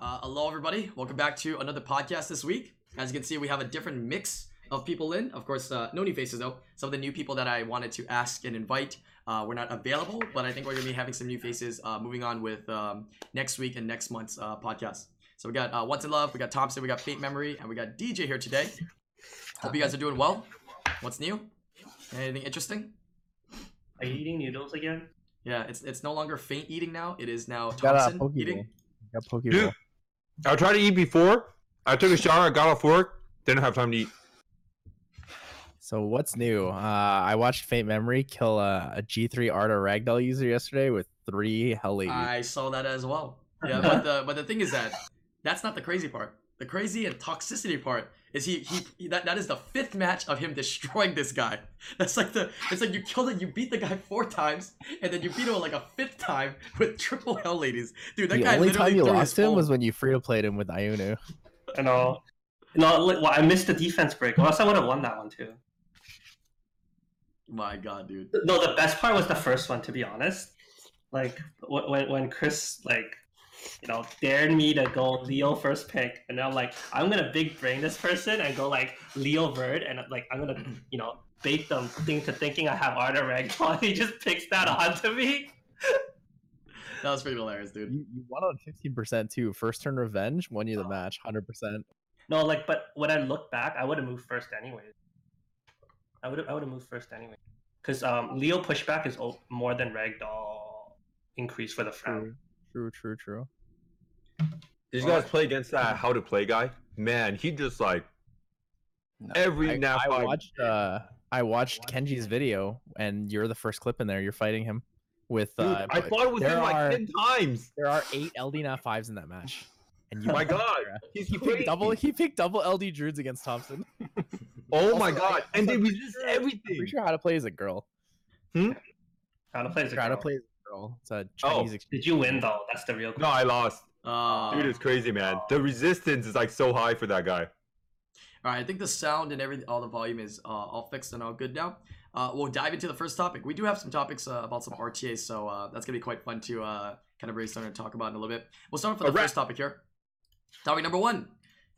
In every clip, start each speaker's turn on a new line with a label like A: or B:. A: Uh, hello, everybody. Welcome back to another podcast this week. As you can see, we have a different mix of people in. Of course, uh, no new faces though. Some of the new people that I wanted to ask and invite uh, were not available, but I think we're gonna be having some new faces uh, moving on with um, next week and next month's uh, podcast. So we got uh, Once in Love, we got Thompson, we got Fate Memory, and we got DJ here today. Hope you guys are doing well. What's new? Anything interesting?
B: Are you eating noodles again?
A: Yeah, it's it's no longer faint eating now. It is now
C: Got a
A: Thompson
C: Pokeball.
A: eating.
C: Got Pokeball.
D: Dude, I tried to eat before. I took a shower, got off work, didn't have time to eat.
C: So what's new? Uh, I watched Faint Memory kill a, a G3 Arta Ragdoll user yesterday with three Hell Ladies.
A: I saw that as well. Yeah, but the but the thing is that that's not the crazy part. The crazy and toxicity part is he he, he- that, that is the fifth match of him destroying this guy. That's like the it's like you killed it, you beat the guy four times, and then you beat him like a fifth time with triple hell ladies. Dude, that
C: the
A: guy
C: only
A: literally
C: time you
A: threw his
C: lost him
A: phone.
C: was when you free played him with Iunu.
B: And all. No, li- well, I missed the defense break. Or else I would have won that one too.
A: My God, dude.
B: No, the best part was the first one. To be honest, like wh- when when Chris like, you know, dared me to go Leo first pick, and I'm like, I'm gonna big brain this person and go like Leo Verd, and like I'm gonna you know bait them into thinking I have Arda Ragdoll, and he just picks that onto me.
A: That was pretty hilarious, dude.
C: You, you won on 15% too. First turn revenge won you the match 100%.
B: No, like, but when I look back, I would have moved first anyway. I would have, I would have moved first anyway, because um, Leo pushback is o- more than ragdoll increase for the frown.
C: True, true, true, true.
D: Did you guys play against that how to play guy? Man, he just like
C: No,
D: every
C: I,
D: now
C: I
D: five-
C: watched uh, I watched Kenji's video and you're the first clip in there. You're fighting him with
D: Dude,
C: uh,
D: I fought with
C: there
D: him like
C: are-
D: ten times.
C: there are eight LD not fives in that match. And you
D: My
C: won.
D: God, he's
C: He picked double
D: crazy.
C: he picked double LD Druids against Thompson.
D: Oh my
C: Also,
D: god,
C: I-
D: and
C: also,
D: they resist
C: I'm
D: everything.
C: pretty sure how to play is a girl.
B: How to play is a
C: How to
B: girl.
C: play is a girl. It's a
D: Oh.
C: Chinese. ex-
B: Did you win though? That's the real
D: No,
B: question.
D: I lost.
A: Uh,
D: Dude, it's crazy, man. The resistance is like so high for that guy.
A: All right, I think the sound and every all the volume is uh, all fixed and all good now. Uh, we'll dive into the first topic. We do have some topics uh, about some RTA, so uh, that's gonna be quite fun to uh, kind of brainstorm and talk about in a little bit. We'll start off with the
D: Alright.
A: first topic here. Topic number one.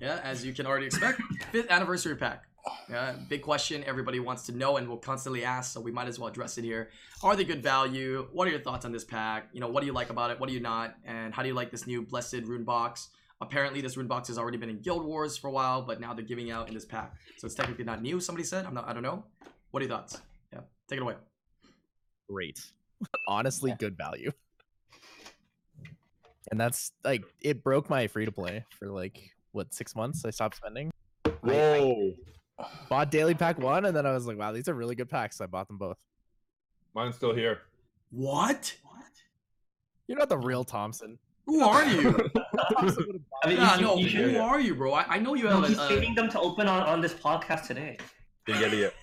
A: Yeah, as you can already expect, fifth anniversary pack. Yeah, big question everybody wants to know and will constantly ask, so we might as well address it here. Are they good value? What are your thoughts on this pack? You know, what do you like about it? What do you not? And how do you like this new blessed rune box? Apparently, this rune box has already been in Guild Wars for a while, but now they're giving out in this pack. So it's technically not new. Somebody said. I'm not. I don't know. What are your thoughts? Yeah, take it away.
C: Great. Honestly, good value. And that's like it broke my free to play for like what six months. I stopped spending.
D: Whoa,
C: Bought daily pack one, and then I was like, wow, these are really good packs. I bought them both.
D: mine's still here.
A: What?
C: You're not the real Thompson.
A: Who are you?
C: Thompson would've bought-
B: I mean,
A: yeah,
B: you,
A: no.
B: you should.
A: Who are you, uh, bro? I, I know you
B: No,
A: have
B: he's
A: a. a
B: saving them to open on, on this podcast today.
D: Didn't get it yet.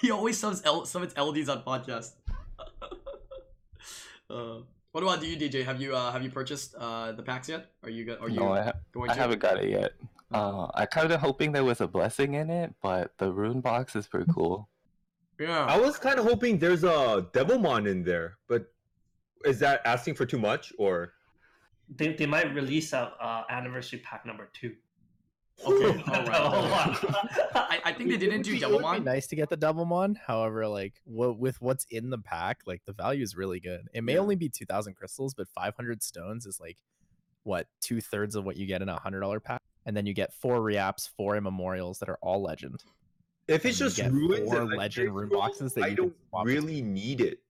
A: he always subs L, summons LDs on podcast. uh, what about you, DJ? Have you uh, have you purchased uh, the packs yet? Are you go- are you
E: No, I, ha-
A: going
E: I
A: to?
E: haven't got it yet. Uh, I kind of hoping there was a blessing in it, but the rune box is pretty cool.
A: Yeah.
D: I was kind of hoping there's a Devilmon in there, but is that asking for too much or?
B: They, they might release a uh, anniversary pack number two.
D: Oh,
A: Okay. All right. Uh,
B: right.
A: I, I think they didn't
C: It would
A: do
C: be- it would be
A: Devilmon.
C: Nice to get the double mon. However, like what with what's in the pack, like the value is really good. It may
A: Yeah.
C: only be two thousand crystals, but five hundred stones is like what two thirds of what you get in a hundred dollar pack, and then you get four reaps, four immemorials that are all legend.
D: If
C: And
D: it's
C: you
D: just
C: get
D: ruins
C: four
D: and like
C: legend rune
D: Grave Scroll,
C: boxes that
D: I
C: you can
D: don't
C: swap between.
D: really need it.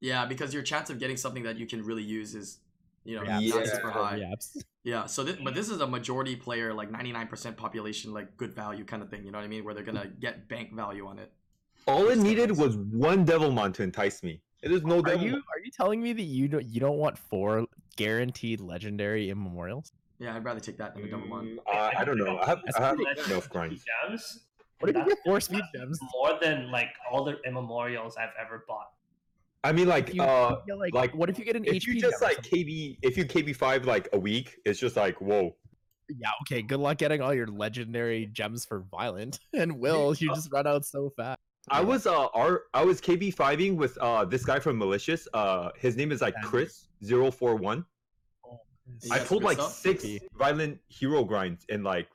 A: Yeah, because your chance of getting something that you can really use is, you know,
C: Reaps,
A: not
D: Yeah.
A: super
C: four
A: high. Yeah.
C: reaps.
A: So, thi- but this is a majority player, like 99% population, like good value kind of thing. You know what I mean? Where they're gonna get bank value on it.
D: All it
A: That's
D: needed
A: nice.
D: was one Devilmon to entice me. It is no
C: Are
D: Devilmon.
C: you are you telling me that you don't you don't want four guaranteed legendary immemorials?
A: Yeah, I'd rather take that than a Devilmon.
D: Mm, I, I don't know. I have,
C: That's
D: I have
B: pretty good.
D: enough grinds.
B: Gems.
C: What did
B: That's
C: you get? Four speed gems.
B: more than like all the immemorials I've ever bought.
D: I mean, like,
C: If you-
D: uh,
C: yeah, like,
D: like,
C: what if you get an
D: if
C: HP
D: you just
C: gem or
D: like KB, if you KB five like a week, it's just like whoa.
C: Yeah, okay. Good luck getting all your legendary gems for violent. And Will, you just run out so fast.
D: I was uh, R, I was KB fiving with uh this guy from Malicious. Uh, his name is like
C: Yeah.
D: Chris 041
A: You
D: I
A: got some
D: pulled
A: good
D: like
A: stuff?
D: six violent hero grinds in like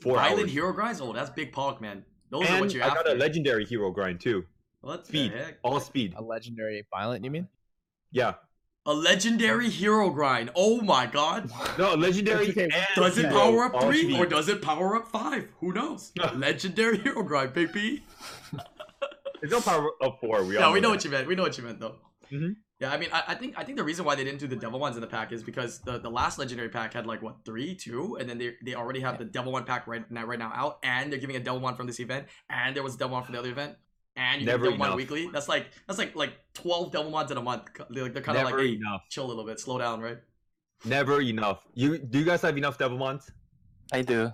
D: four
A: Violent
D: hours.
A: hero grinds. Oh, that's big pog, man. Those are
D: and
A: what you're
D: I
A: after.
D: got a legendary hero grind too.
A: what the
D: Speed,
A: heck?
D: all speed.
C: A legendary violent, you mean?
D: Yeah,
A: A legendary hero grind. Oh my god.
D: no legendary.
C: Okay,
D: and
A: Does it
D: hero,
A: power up
D: all
A: three
D: speed.
A: or does it power up five? Who knows? legendary hero grind, baby.
D: There's no power up four. We
A: Yeah,
D: all
A: we know
D: that.
A: what you meant. We know what you meant, though.
D: Mhm.
A: Yeah, I mean, I, I think I think the reason why they didn't do the devil ones in the pack is because the, the last legendary pack had like what three, two, and then they, they already have the devil one pack right now right now out, and they're giving a devil one from this event, and there was a devil one from the other event, and you get
D: Never
A: devil one
D: enough.
A: weekly. That's like that's like like twelve devil ones in a month. They're, like- they're kind of
D: Never
A: like hey,
D: enough.
A: chill a little bit, slow down, right?
D: Never enough. You do you guys have enough Devilmons?
E: I do.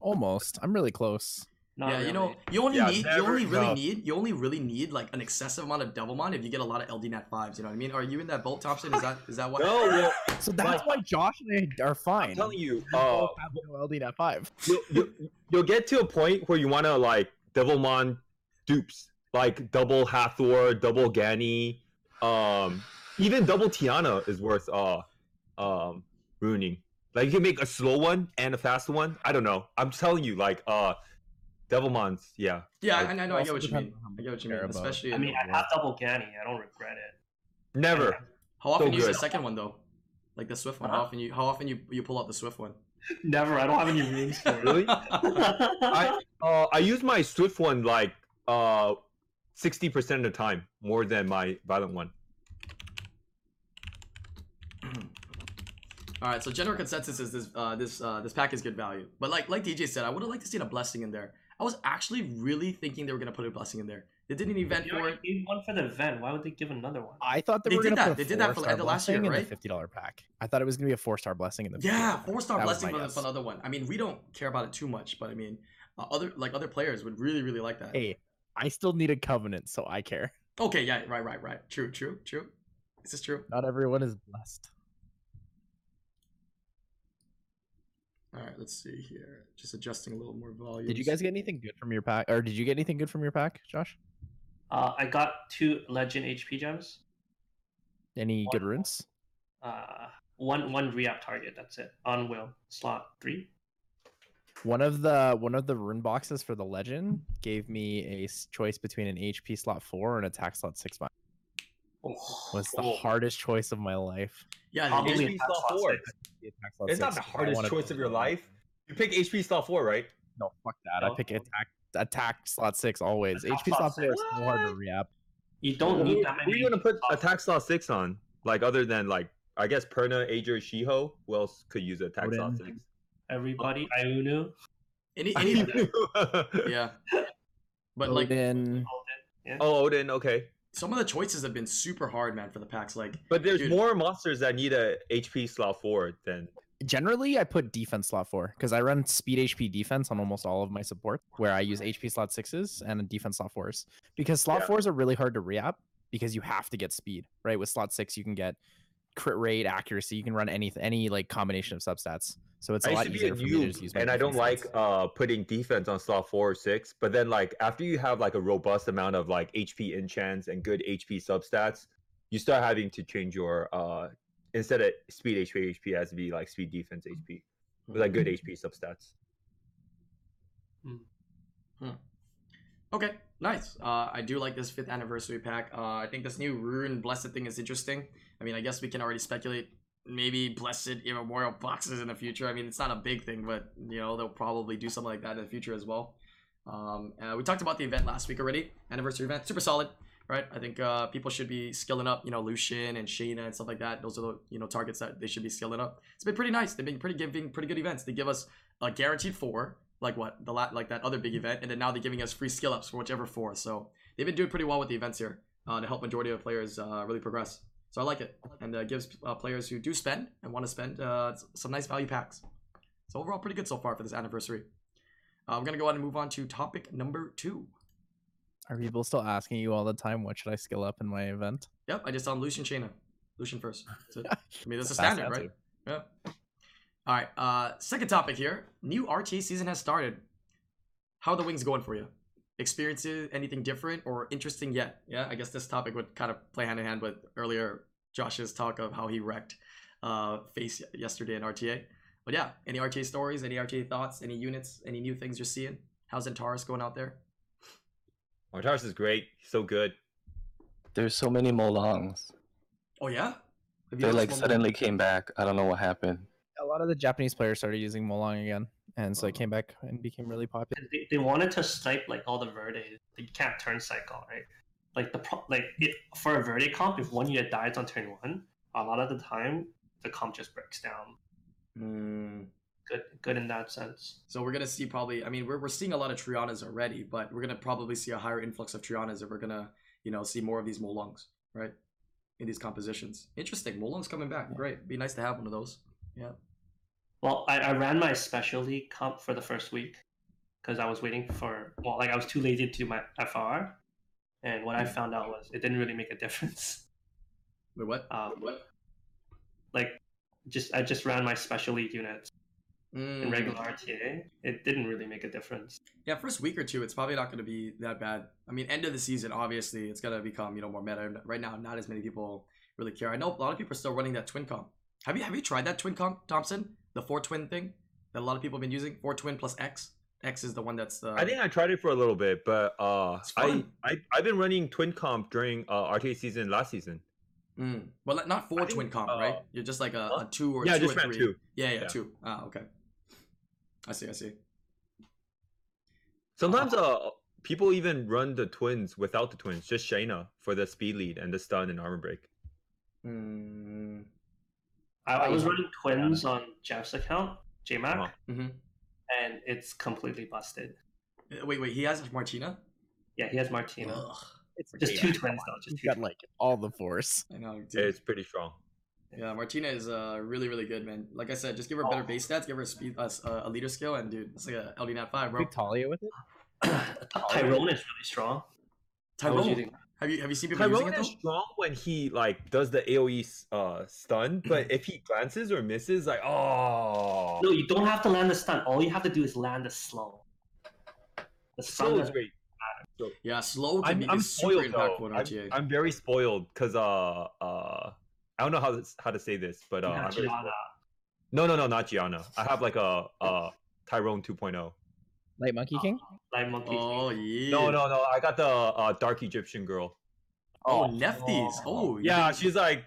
C: Almost. I'm really close.
B: Not
A: yeah, you
B: really.
A: know, you only
D: Yeah,
A: need you
D: never
A: only really
D: enough.
A: need you only really need like an excessive amount of devil mon if you get a lot of LDNet fives. You know what I mean? Are you in that boat, Thompson? Is that is that what?
D: No, well,
C: So that's why Josh and I are fine.
D: I'm telling you,
C: We
D: uh,
C: both have no LD at five.
D: you'll, you'll, you'll get to a point where you want to like Devilmon dupes, like double Hathor, double Gani, um, even double Tiana is worth uh, um, ruining. Like you can make a slow one and a fast one. I don't know. I'm telling you, like uh, Devilmon's, yeah.
A: Yeah,
D: Like,
A: I, I know. I
C: also
A: get what you
C: depends
A: mean.
C: on how
A: I
C: much
A: get what you
C: you
A: mean.
C: care about.
A: Especially,
B: I mean,
A: in-
B: I have double Ganny. I don't regret it.
D: Never.
A: how often
D: so
A: you use the
D: good.
A: second one though? Like the swift one. How
B: Huh?
A: often you? How often you you pull out the swift one?
B: Never. I don't have any rooms for it.
D: Really?
B: I,
D: I uh, I use my swift one like uh, sixty percent of the time more than my violent one.
A: All right. So general consensus is this uh, this uh, this pack is good value. But like like DJ said, I would have liked to seen a blessing in there. I was actually really thinking they were gonna put a blessing in there. They did an event
B: you
A: for it.
B: already gave one for the event. Why would they give another one?
C: I thought they,
A: They
C: were
A: did
C: gonna
A: that.
C: put a
A: They did that for
C: four-star
A: the last year,
C: blessing in the
A: right?
C: fifty dollar pack. I thought it was gonna be a four star blessing in the
A: Yeah,
C: $50 pack.
A: four star
C: That was
A: blessing
C: my
A: for, the-
C: guess.
A: for another one. I mean, we don't care about it too much, but I mean, uh, other like other players would really really like that.
C: Hey, I still need a covenant, so I care.
A: Okay. Yeah. Right. Right. Right. True. True. True. This is true.
C: Not everyone is blessed.
A: All right. Let's see here. Just adjusting a little more volume.
C: Did you guys get anything good from your pack, or did you get anything good from your pack, Josh?
B: Uh, I got two legend HP gems.
C: Any good
B: Wonderful.
C: runes?
B: Uh, one one re-up target. That's it. On will slot three.
C: One of the one of the rune boxes for the legend gave me a s- choice between an HP slot four and attack slot six. Five. Was the
B: Oh.
C: hardest choice of my life.
A: Yeah. they
B: Probably
A: did.
D: HP
B: attack
D: slot
B: slot
D: four.
B: six.
C: The attack slot
D: It's not
C: six,
D: the
C: I
D: hardest
C: wanted-
D: choice of your life. You pick HP slot four, right?
C: No, fuck that.
B: No.
C: I pick attack attack slot six always.
B: Attack
C: HP
B: slot
C: slot four is
B: six.
C: so hard to reap.
B: You don't
D: Who,
B: need that
D: who
B: many.
D: you gonna put attack slot six on? Like other than like I guess Perna, Ager, Shiho. Who else could use attack slot
C: Odin.
D: six?
B: Everybody, Iunu.
A: Any, any, yeah. But like
C: Odin,
D: oh, Odin. Okay,
A: some of the choices have been super hard, man, for the packs. Like
D: but there's
A: Dude.
D: more monsters that need a HP slot four than
C: generally I put defense slot four because I run speed HP defense on almost all of my support where I use HP slot sixes and defense slot fours because slot
D: Yeah.
C: fours are really hard to reap because you have to get speed right with slot six you can get crit rate accuracy you can run any any like combination of substats so it's a
D: I used
C: lot
D: to be a
C: easier for me to just
D: noob,
C: use my
D: and I don't
C: defense
D: like
C: stats.
D: uh putting defense on slot four or six. But then, like after you have like a robust amount of like HP enchants and good HP substats, you start having to change your uh instead of speed HP, HP has to be like speed defense HP with like good HP substats.
A: Okay, nice. Uh, I do like this fifth anniversary pack. Uh, I think this new Rune Blessed thing is interesting. I mean, I guess we can already speculate maybe Blessed Immemorial boxes in the future. I mean, it's not a big thing, but you know they'll probably do something like that in the future as well. Um, uh, we talked about the event last week already. Anniversary event, super solid, right? I think uh, people should be skilling up. You know, Lucian and Shayna and stuff like that. Those are the you know targets that they should be skilling up. It's been pretty nice. They've been pretty giving pretty good events. They give us a guaranteed four, like what the la- like that other big event, and then now they're giving us free skill ups for whichever four. So they've been doing pretty well with the events here uh, to help majority of players uh, really progress. So I like it, and uh, gives uh, players who do spend and want to spend uh, s- some nice value packs. So overall, pretty good so far for this anniversary. Uh, we're gonna go ahead and move on to topic number two.
C: are people still asking you all the time what should I skill up in my event
A: Yep, I just saw Lucian Shayna. Lucian first. That's it. I mean, that's a
C: Fast
A: standard, right?
C: answer.
A: Yeah. All right. Uh, second topic here. New RTA season has started. How are the wings going for you? Experiences anything different or interesting yet? Yeah, I guess this topic would kind of play hand in hand with earlier Josh's talk of how he wrecked uh, face y- yesterday in RTA. But yeah, any RTA stories, any RTA thoughts, any units, any new things you're seeing? How's Antares going out there?
D: Artaris is great. He's so good.
E: There's so many Molongs.
A: Oh yeah, Have you
E: They
A: noticed
E: like
A: one more-
E: suddenly came back. I don't know what happened.
C: A lot of the Japanese players started using Molong again, and
D: Uh-huh.
C: so it came back and became really popular.
B: They, they wanted to snipe like all the Verdes. You can't turn cycle, right? Like the pro- like it, for a Verde comp, if one unit dies on turn one, a lot of the time the comp just breaks down. Good, good in that sense.
A: So we're gonna see probably. I mean, we're we're seeing a lot of Trianas already, but we're gonna probably see a higher influx of Trianas if we're gonna, you know, see more of these Molongs, right? In these compositions. Interesting. Molong's coming back. Great. Be nice to have one of those.
B: Well, I, I ran my specialty comp for the first week because I was waiting for well, like I was too lazy to do my FR, and what I found out was it didn't really make a difference.
A: Wait, what?
B: Um, like just I just ran my specialty units in
A: Mm.
B: regular RTA. It didn't really make a difference.
A: Yeah, first week or two, it's probably not going to be that bad. I mean, end of the season, obviously, it's going to become you know more meta. And Right now, not as many people really care. I know a lot of people are still running that twin comp. Have you have you tried that twin comp, Thompson? The four twin thing that a lot of people have been using. Four twin plus X. X is the one that's the.
D: I think I tried it for a little bit, but uh,
A: It's
D: I,
A: fun.
D: I I've been running twin comp during uh, RTA season last season.
A: Mm. Well, like, not four
D: think,
A: twin comp,
D: uh,
A: right? You're just like a, a
D: huh?
A: two or
D: yeah, I
A: two
D: just
A: or
D: ran
A: three.
D: two.
A: Yeah, yeah,
D: Yeah.
A: two. Ah, okay. I see. I see.
D: Sometimes
A: Uh-huh.
D: uh, people even run the twins without the twins, just Shayna for the speed lead and the stun and armor break.
A: Mm.
B: I, I was
E: Yeah.
B: running twins on Jeff's account, JMac,
D: Uh-huh.
A: Mhm.
B: and it's completely busted.
A: Uh, Wait, wait. He has Martina.
B: Yeah, he has Martina.
A: Ugh,
C: It's
B: Just two twins though. Just
C: He's
B: two.
C: got like all the force.
A: I know. dude.
D: It's pretty strong.
A: Yeah, Martina is uh, really, really good, man. Like I said, just give her
B: Oh.
A: better base stats, give her a speed, uh, s- uh, a leader skill, and dude, it's like a LD Nat 5, bro.
C: Big Talia with it.
B: Tyrone is really strong. I was
A: Tyrone,
B: using-
A: have you, have you seen people
D: Tyrone is
A: using it,
D: strong when he like does the AOE s- uh, stun, but if he glances or misses, like oh,
B: No, you don't have to land the stun. All you have to do is land the slow. The
D: so
B: stun
D: is
B: is
D: great.
A: though? Yeah, slow can be
D: I'm, I'm
A: super
D: spoiled though.
A: impactful in
D: I'm,
A: RTA.
D: I'm very spoiled because uh uh I don't know how to, s- how to say this, but uh, I'm very
B: Gianna.
D: spoiled. no no no not Gianna. I have like a uh Tyrone 2.0.
C: Light
D: Uh,
C: Monkey King.
B: Like monkey.
A: oh, yeah.
D: No no no, I got the uh, dark Egyptian girl.
A: Oh, Nephthys. Oh, you
D: Yeah, she's like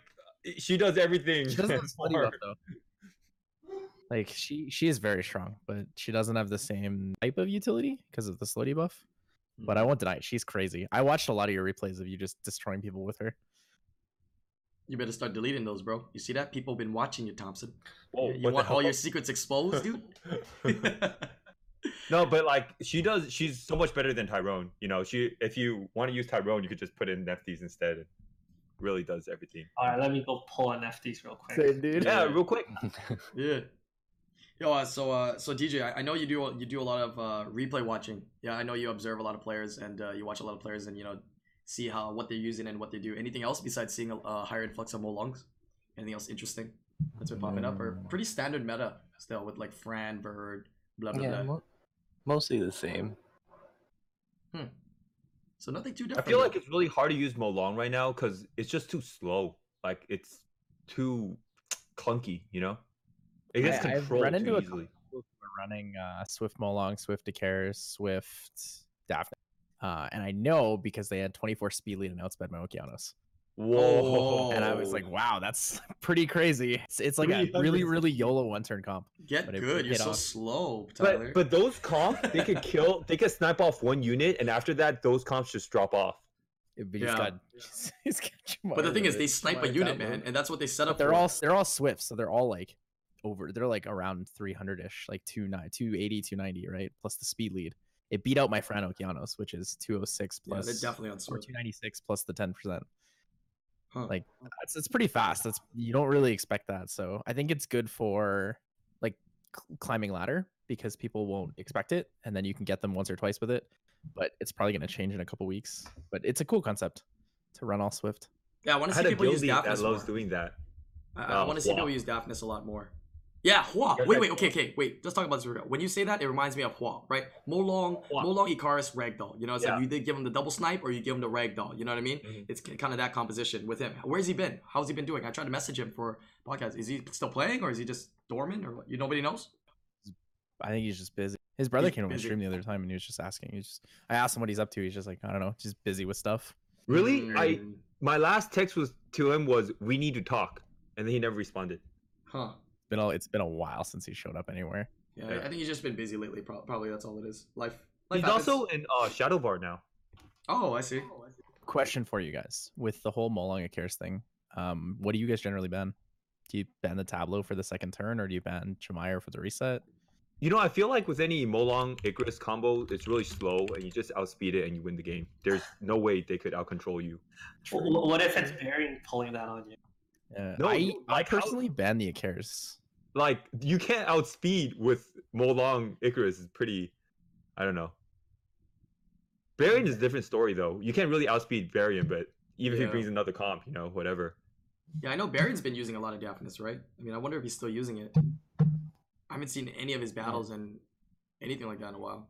D: she does everything.
C: She doesn't have
D: for
C: slutty
D: her.
C: buff, though. Like she she is very strong, but she doesn't have the same type of utility because of the slutty buff. But
A: Mm.
C: I won't deny it, she's crazy. I watched a lot of your replays of you just destroying people with her.
A: You better start deleting those, bro. You see that? People been watching you, Thompson.
D: Whoa,
A: you
D: oh, what the
A: want all
D: hell?
A: your secrets exposed, dude?
D: no, but like she does, she's so much better than Tyrone. You know, she if you want to use Tyrone, you could just put in Nephthys instead. It really does everything.
B: All right, let me go pull an FDs real quick.
C: dude.
D: Yeah, real quick.
A: Yeah. Yo, uh, so uh, so DJ, I, I know you do you do a lot of uh, replay watching. Yeah, I know you observe a lot of players and uh, you watch a lot of players and you know see how what they're using and what they do. Anything else besides seeing a, a higher influx of Molongs? Anything else interesting that's been popping up or pretty standard meta still with like Fran, Bird, blah blah
E: Yeah,
A: blah.
E: mo- mostly the same.
A: So nothing too
D: I
A: different.
D: feel
A: though.
D: like it's really hard to use Molong right now because it's just too slow. Like it's too clunky. You know, it gets
C: I- I've
D: controlled
C: run into
D: too
C: a couple
D: easily.
C: people who are running uh, Swift Molong, Swift Decares, Swift Daphne. Uh, and I know because they had 24 speed lead and outsped my Okeanos.
D: Whoa!
C: Oh, And I was
A: Oh.
C: like, wow, that's pretty crazy. It's, it's like a really,
D: 360.
C: really YOLO one turn comp.
A: get
C: but it-
A: good.
C: it
A: You're
C: hit
A: so
C: off.
A: slow, Tyler.
D: but but those comps, they could kill, they could snipe off one unit, and after that, those comps just drop off.
C: But he's
A: Yeah.
C: got, he's got Jamar
A: But the thing
C: with
A: is, they
C: it.
A: snipe
C: Jamar
A: a unit,
C: combo.
A: man, and that's what they set
C: But
A: up.
C: they're
A: for.
C: all they're all Swifts, so they're all like over. They're like around 300 ish, like 29, 280, 290, right? Plus the speed lead. It beat out my Fran Okeanos, which is 206
A: yeah,
C: plus
A: they're definitely on
C: or
A: sword.
C: 296 plus the 10 percent.
A: Huh.
C: Like that's it's pretty fast. That's you don't really expect that. So I think it's good for like cl- climbing ladder because people won't expect it, and then you can get them once or twice with it. But it's probably going to change in a couple weeks. But it's a cool concept to run all Swift.
A: Yeah, I want to
D: I
A: see
D: had a
A: people
D: guild
A: use
D: lead that
A: Daphnis more.
D: loves doing that.
A: I, I
D: Oh,
A: want to see
D: wow.
A: people use Daphnis a lot more. Yeah, Hua.
B: Yes,
A: Wait,
B: I
A: wait,
B: do.
A: okay, okay, wait. Let's talk about Zerga. When you say that, it reminds me of Hua, right? Molong,
B: Hua.
A: Molong, Icarus, Ragdoll. You know, it's
B: Yeah.
A: like you either give him the double snipe or you give him the Ragdoll. You know what I mean?
D: Mhm.
A: It's kind of that composition with him. Where's he been? How's he been doing? I tried to message him for podcast. Is he still playing or is he just dormant or what? You nobody knows?
C: I think he's just busy. His brother
A: He's
C: came on my
A: busy.
C: stream the other time and he was just asking. He's just I asked him what he's up to. He's just like, I don't know, just busy with stuff.
D: Really? I
A: Mm,
D: my last text was to him was we need to talk, and then he never responded.
A: Huh.
C: Been a, it's been a while since he showed up anywhere.
A: Yeah,
D: Yeah.
A: I think he's just been busy lately. Pro- probably that's all it is. Life. life
D: He's
A: happens.
D: also in uh, Shadowvar now.
A: Oh, I see.
C: Question for you guys with the whole Molong Akares thing. Um, what do you guys generally ban? Do you ban the Tableau for the second turn or do you ban Chimire for the reset?
D: You know, I feel like with any Molong Icarus combo, it's really slow, and you just outspeed it and you win the game. There's no way they could outcontrol you.
B: Wh- wh- What if it's Varian pulling that on you?
C: Yeah.
D: No,
C: Uh, I,
D: dude,
C: I
D: like, how-
C: personally ban the Akares.
D: Like you can't outspeed with Molong Icarus. Is pretty, I don't know. Varian is a different story though. You can't really outspeed Varian, but even if
A: Yeah.
D: he brings another comp, you know, whatever.
A: Yeah, I know Baron's been using a lot of Daphnis, right? I mean, I wonder if he's still using it. I haven't seen any of his battles and anything like that in a while.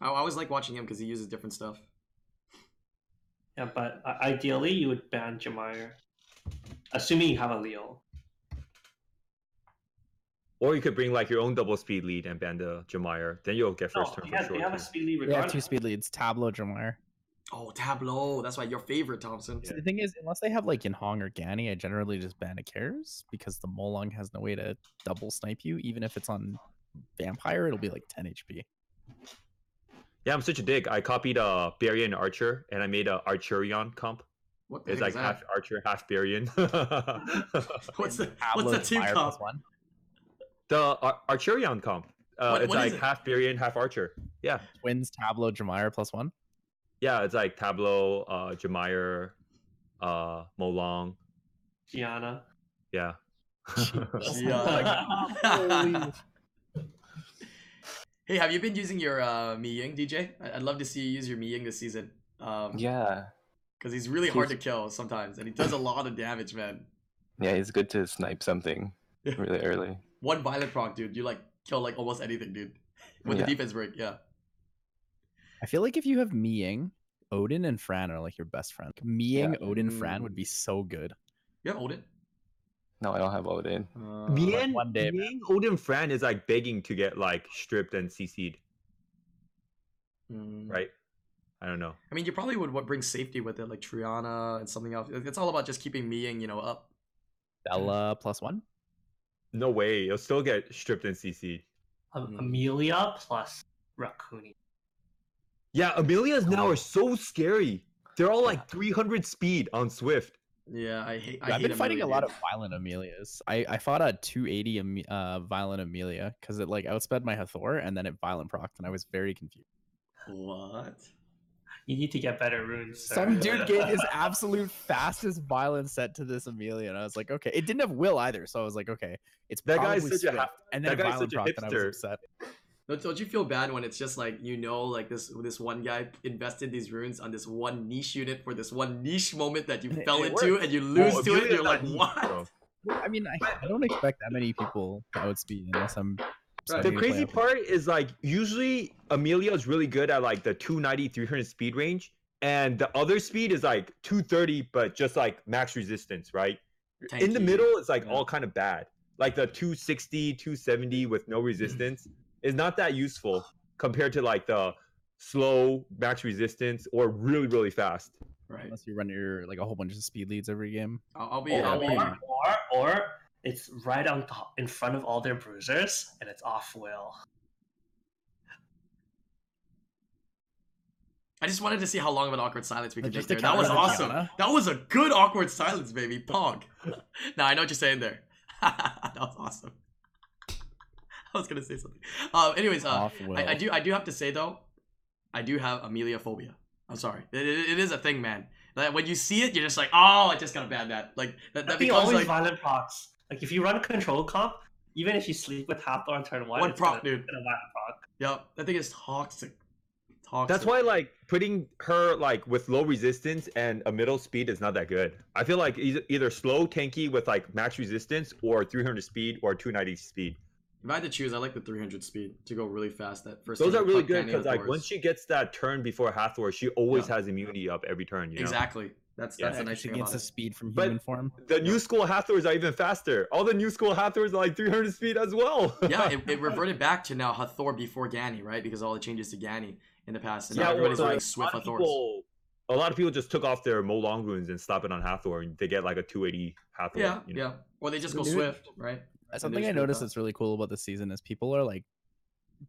A: I I always like watching him because he uses different stuff.
B: Yeah, but uh, ideally you would ban Jamire, assuming you have a Leo.
D: Or you could bring like your own double speed lead and ban the Jemire. Then you'll get first
B: no,
D: turn
B: you Oh, have,
D: for
B: you
D: sure.
B: have a
D: too.
B: speed lead
C: They have
B: regardless.
C: two speed leads, Tableau, Chimire.
A: Oh, Tableau. That's right, your favorite, Thompson.
C: So the thing is, unless they have like Yinhong or Gani, I generally just ban Akares because the Molong has no way to double snipe you. Even if it's on Vampire, it'll be like 10 HP.
D: Yeah, I'm such a dick. I copied uh Barian Archer and I made a Archerion comp.
A: What the
D: It's
A: heck
D: like
A: is
D: half
A: that?
D: Archer, half Barian.
A: What's the, what's
C: Tableau,
A: the two
C: Chimere plus
A: cup?
C: one.
D: the Ar- Archerion comp. Uh,
A: What-
D: it's
A: what is
D: like
A: it?
D: half Barian, half Archer. Yeah,
C: Twins, Tableau, Jamire plus one.
D: yeah. It's like Tableau, uh, Jemire, uh, Molong.
B: Gianna.
D: Yeah.
A: Yeah. hey, have you been using your uh, Mi Ying, DJ? I- I'd love to see you use your Mi Ying this season. Um,
E: Yeah.
A: Because he's really hard to kill sometimes, and he does a lot of damage, man.
E: Yeah, it's good to snipe something
A: Yeah.
E: really early.
A: One violet proc, dude. You like kill like almost anything, dude. With
E: Yeah.
A: the defense break, yeah.
C: I feel like if you have Miying, Odin and Fran are like your best friend. Like, Miying, Odin, Fran would be so good.
A: You have Odin?
E: No, I don't have Odin.
A: Uh,
D: Me
C: like
D: and
C: one day,
D: me and Odin Fran is like begging to get like stripped and CC'd,
A: mm.
D: right? I don't know.
A: I mean, you probably would what, bring safety with it, like Triana and something else. It's all about just keeping Miying, you know, up.
C: Bella plus one.
D: No way. You'll still get stripped and CC'd.
A: Mm.
B: Am- Amelia plus Raccoon.
D: Yeah, Amelia's now are so scary. They're all like 300 speed on Swift.
A: Yeah, I hate. I
C: I've
A: hate
C: been fighting
A: Amelia,
C: a lot
A: dude.
C: of violent Amelias. I, I fought a 280 Ame- uh, violent Amelia because it like outsped my Hathor and then it violent procced and I was very confused.
A: What?
B: You need to get better runes. sir.
C: Some dude gave his absolute fastest violent set to this Amelia and I was like, okay, it didn't have will either, so I was like, okay, it's
D: That guy's
C: probably
D: such a ha-
C: Swift, and then
D: that
C: it
D: guy's
C: violent
D: such a
C: procced and I was
D: hipster.
C: upset.
A: Don't, don't you feel bad when it's just like you know, like this this one guy invested these runes on this one niche unit for this one niche moment that you
C: And it-
A: fell
C: and it Oh,
A: into, and you lose to it.
D: Amelia's
A: And you're
D: not
A: like,
D: neat,
A: what?
D: bro.
C: I mean, I, I don't expect that many people to outspeed unless I'm.
D: The
C: starting to play
D: crazy
C: up-
D: part is like usually Amelia is really good at like the 290, 300 speed range, and the other speed is like 230, but just like max resistance, right? In the
A: Tanky.
D: middle, it's like
A: Yeah.
D: all kind of bad. Like the 260, 270 with no resistance is not that useful compared to like the slow max resistance or really, really fast.
A: Right.
C: unless you run your like a whole bunch of speed leads every game.
A: I'll, I'll be.
D: Oh,
A: I'll
B: Or,
A: be.
B: or, or, or it's right on top in front of all their bruisers and it's off will.
A: I just wanted to see how long of an awkward silence we
C: Like,
A: could make
C: just to
A: there. That was
C: counter the
A: awesome.
C: Diana.
A: That was a good awkward silence, baby. Pog. now I know what you're saying there. that was awesome. I was gonna say something. Um. Anyways, uh,
C: Off
D: Oh,
C: will.
A: I, I do. I do have to say though, I do have Amelia phobia. I'm sorry. It, it, it is a thing, man. Like when you see it, you're just like, oh, I just gotta ban that. Like that,
B: That
A: that
B: thing
A: becomes
B: always
A: like
B: violent procs. Like if you run control comp, even if you sleep with Hathor on turn one,
A: One
B: it's
A: proc,
B: gonna,
A: dude.
B: it's gonna violent proc.
A: Yep, that thing is toxic. Hawks
D: That's
A: are-
D: why like putting her like with low resistance and a middle speed is not that good. I feel like either, either slow tanky with like max resistance or 300 speed or 290 speed.
A: If I had to choose, I like the 300 speed to go really fast. That first.
D: Those
A: turn,
D: are really
A: Puck
D: good
A: Canyon
D: because like
A: Outdoors.
D: once she gets that turn before Hathor, she always has immunity up every turn. You know?
A: exactly. That's
D: Yeah.
A: that's the nice
C: she
A: thing
C: gets
A: about
C: the
A: it.
C: speed from
D: But-
C: human form.
D: The new school Hathors are even faster. All the new school Hathors are like 300 speed as well.
A: yeah, it, it reverted back to now Hathor before Gani, right? Because all the changes to Gani in the past, and now
D: well,
A: everybody's
D: like,
A: running
D: a lot
A: Swift
D: of
A: Hathors.
D: people- A lot of people just took off their Molong runes and stop it on Hathor, and they get like a 280 Hathor.
A: yeah,
D: you know?
A: yeah. Or they just go
C: Dude.
A: Swift, right? And they
C: Something I
A: just go
C: noticed
A: fast.
C: that's really cool about this season is people are like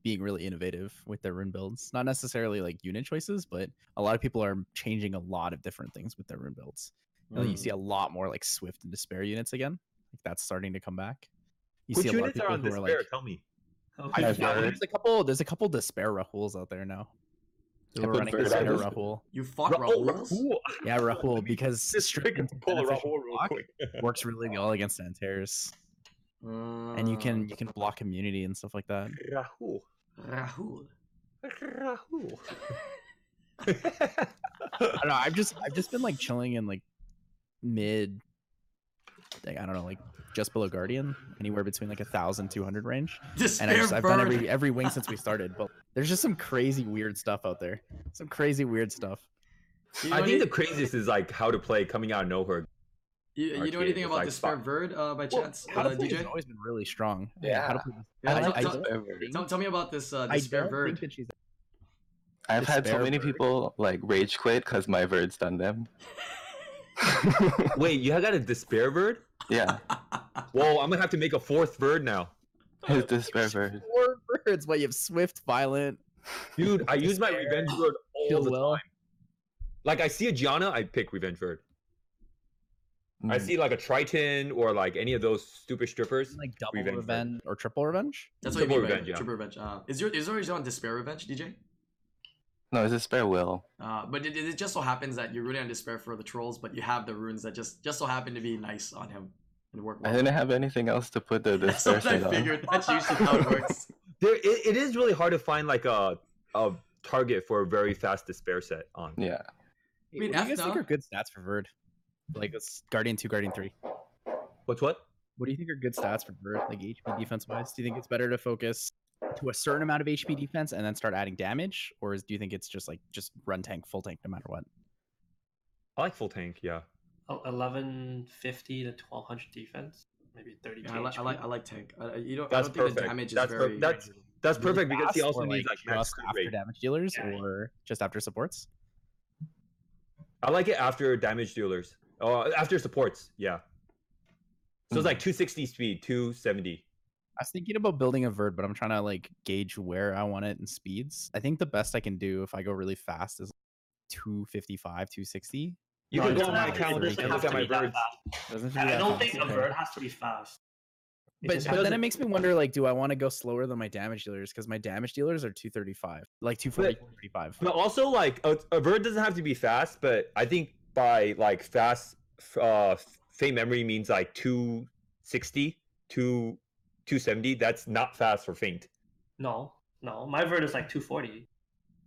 C: being really innovative with their rune builds. Not necessarily like unit choices, but a lot of people are changing a lot of different things with their rune builds. And
D: Hmm.
C: then Oh, you
A: Mm.
C: see a lot more like swift and despair units again. Like that's starting to come back. You
D: Which
C: see a lot of
D: units are
C: people
D: on
C: who
D: this
C: are
D: pair?
C: like
D: Tell me.
B: Okay.
C: I
E: I've
C: found-
E: heard.
C: there's a couple there's a couple despair Rahuls out there now.
E: I
C: Who are
E: put
C: running
E: Verde
C: despair
E: as-
C: Rahul.
A: You fought
D: Ra- oh,
A: Raul.
D: Rahul.
C: Yeah, Rahul,
D: Let me
C: because
D: Just drink
C: strict
D: and pull a
C: beneficial
D: Rahul real
C: block
D: quick.
C: works really well against Antares.
A: Uh,
C: And you
D: Uh.
C: can you can block immunity and stuff like that.
D: Rahul.
A: Rahul.
D: Rahul.
C: I don't know. I've just I've just been like chilling in like mid, like, I don't know, like just below Guardian, anywhere between like a thousand two hundred range.
A: Despair
C: And I just, I've
A: burn.
C: done every every wing since we started, but there's just some crazy weird stuff out there. Some crazy weird stuff.
A: You know
D: I think
A: any-
D: the craziest is like how to play coming out of nowhere.
A: You, you know
D: RTA
A: anything
D: is
A: about
D: like
A: Despair
D: fuck.
A: Verd uh, by
C: Well,
A: chance,
C: how
A: uh,
C: to play has
A: DJ?
C: always been really strong. how to
E: Yeah.
C: play this-
A: Yeah,
E: I
A: tell-
E: like
A: tell-
E: Despair Verde.
A: Tell, tell me about this uh,
C: I
A: Despair
C: don't think
A: Verd.
C: that she's.
E: I've had so
C: Despair
E: many
C: Verde.
E: people like rage quit because my verd's done them.
D: Wait, you got a despair bird?
E: yeah,
D: Whoa, I'm gonna have to make a fourth bird now.
E: his despair verd.
C: Four birds, but you have swift, violent.
D: Dude, I use my
C: Despair.
D: revenge bird all
C: Feel
D: the
C: well.
D: time. Like I see a Gianna, I pick revenge bird. I
E: Mm.
D: see like a Triton or like any of those stupid strippers.
C: Like double
D: Revenge
C: revenge,
D: Verd.
C: or triple revenge.
A: That's what you
D: Triple
A: mean by
D: Revenge, yeah.
A: Triple Revenge. Uh, is your is yours on Despair Revenge, DJ?
E: No, his despair will.
A: Uh, but it, it just so happens that you're rooting on Despair for the trolls, but you have the runes that just just so happen to be nice on him and work
E: I
A: well.
E: didn't have anything else to put the
A: That's
E: despair
A: what I
E: shit on.
A: figured. That's usually how it works.
D: There, it, it is really hard to find like a a target for a very fast despair set on.
E: Yeah.
A: I mean,
C: what do you
A: F
C: guys think
A: now.
C: are good stats for Verd? Like it's Guardian two, Guardian three.
D: What's what?
C: What do you think are good stats for Vert, like HP defense wise? Do you think it's better to focus to a certain amount of HP defense and then start adding damage, or is, do you think it's just like just run tank, full tank, no matter what?
D: I like full tank. Yeah.
B: Oh, Eleven fifty to twelve hundred defense, maybe thirty.
A: Yeah, I, li- I like I like tank. Uh, you don't.
D: That's
A: I don't think
D: perfect.
A: the damage is
D: That's per-
A: very.
D: that's- That's
C: Really
D: perfect because he
C: fast,
D: also
C: or,
D: needs like max
C: just
D: crit
C: after
D: rate.
C: damage dealers
B: Yeah.
C: or just after supports.
D: I like it after damage dealers. Oh, after supports. Yeah. So
C: Hmm.
D: it's like 260 speed, 270.
C: I was thinking about building a Verd, but I'm trying to like gauge where I want it in speeds. I think the best I can do if I go really fast is 255, 260.
D: You
C: No,
D: can
C: it's
D: go on
C: not
D: my
C: like
D: account
C: it's
D: and
C: really
D: look at my birds.
C: Doesn't have to be
B: I
C: that
B: don't
C: fast,
B: think a
C: okay.
B: bird has to be fast. It
C: But,
B: just
C: but
B: has
C: then
B: to-
C: it makes me wonder like, do I want to go slower than my damage dealers? Because my damage dealers are 235, like 240, 235.
D: But also, like a, a bird doesn't have to be fast, but I think by like fast, f- uh, fame memory means like 260 to 270. That's not fast for faint.
B: no, no. My bird is like two forty.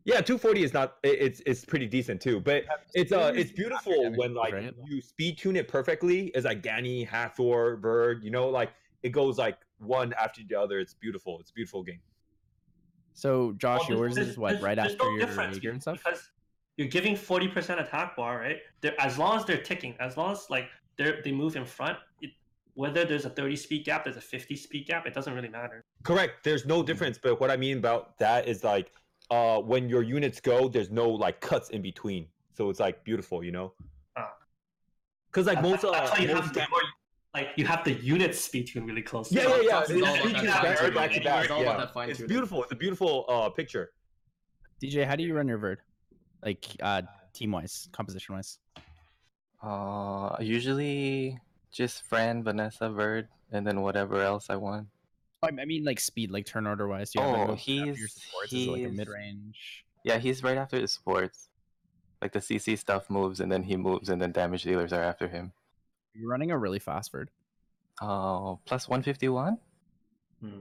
D: Yeah, 240 is not. It, it's it's pretty decent too. But it's uh, it's beautiful when like
C: right?
D: you speed tune it perfectly. It's like Gani, Hathor, Bird. You know, like it goes like one after the other. It's beautiful. It's a beautiful game.
C: So Josh,
B: Well,
C: yours
B: there's-
C: is what
B: there's-
C: right
B: there's
C: after
B: no
C: your
B: difference
C: rager and stuff.
B: Because you're giving forty percent attack bar, right? They're, as long as they're ticking, as long as like they are they move in front, it, whether there's a thirty speed gap, there's a fifty speed gap, it doesn't really matter.
D: Correct. There's
A: Hmm.
D: no difference. But what I mean about that is like, uh, when your units go, there's no like cuts in between. So it's like beautiful, you know.
B: Ah.
D: Because like
B: That's-
D: most, uh,
B: that's why you
D: most
B: have to,
D: gam-
B: like you have the unit speed tune really close.
D: yeah, yeah,
A: It's all
D: yeah. It's,
A: about that
D: speed tunes
A: fine
D: back to
A: tuning.
D: back to back,
A: It's all about
D: yeah.
A: that fine
D: It's
A: tuning.
D: beautiful. It's a beautiful uh picture.
C: DJ, how do you run your verd? Like uh team wise, composition wise.
E: Uh, usually just Fran, Vanessa, Verd, and then whatever else I want.
C: I I mean like speed, like turn order wise. Do you have like,
E: Oh,
C: a- after your
E: he's-
C: supports? Is it like a
E: he's-
C: mid range?
E: Yeah, he's right after the sports. Like the CC stuff moves, and then he moves, and then damage dealers are after him.
C: You're running a really fast verd.
E: Uh, plus 151?
A: Hmm.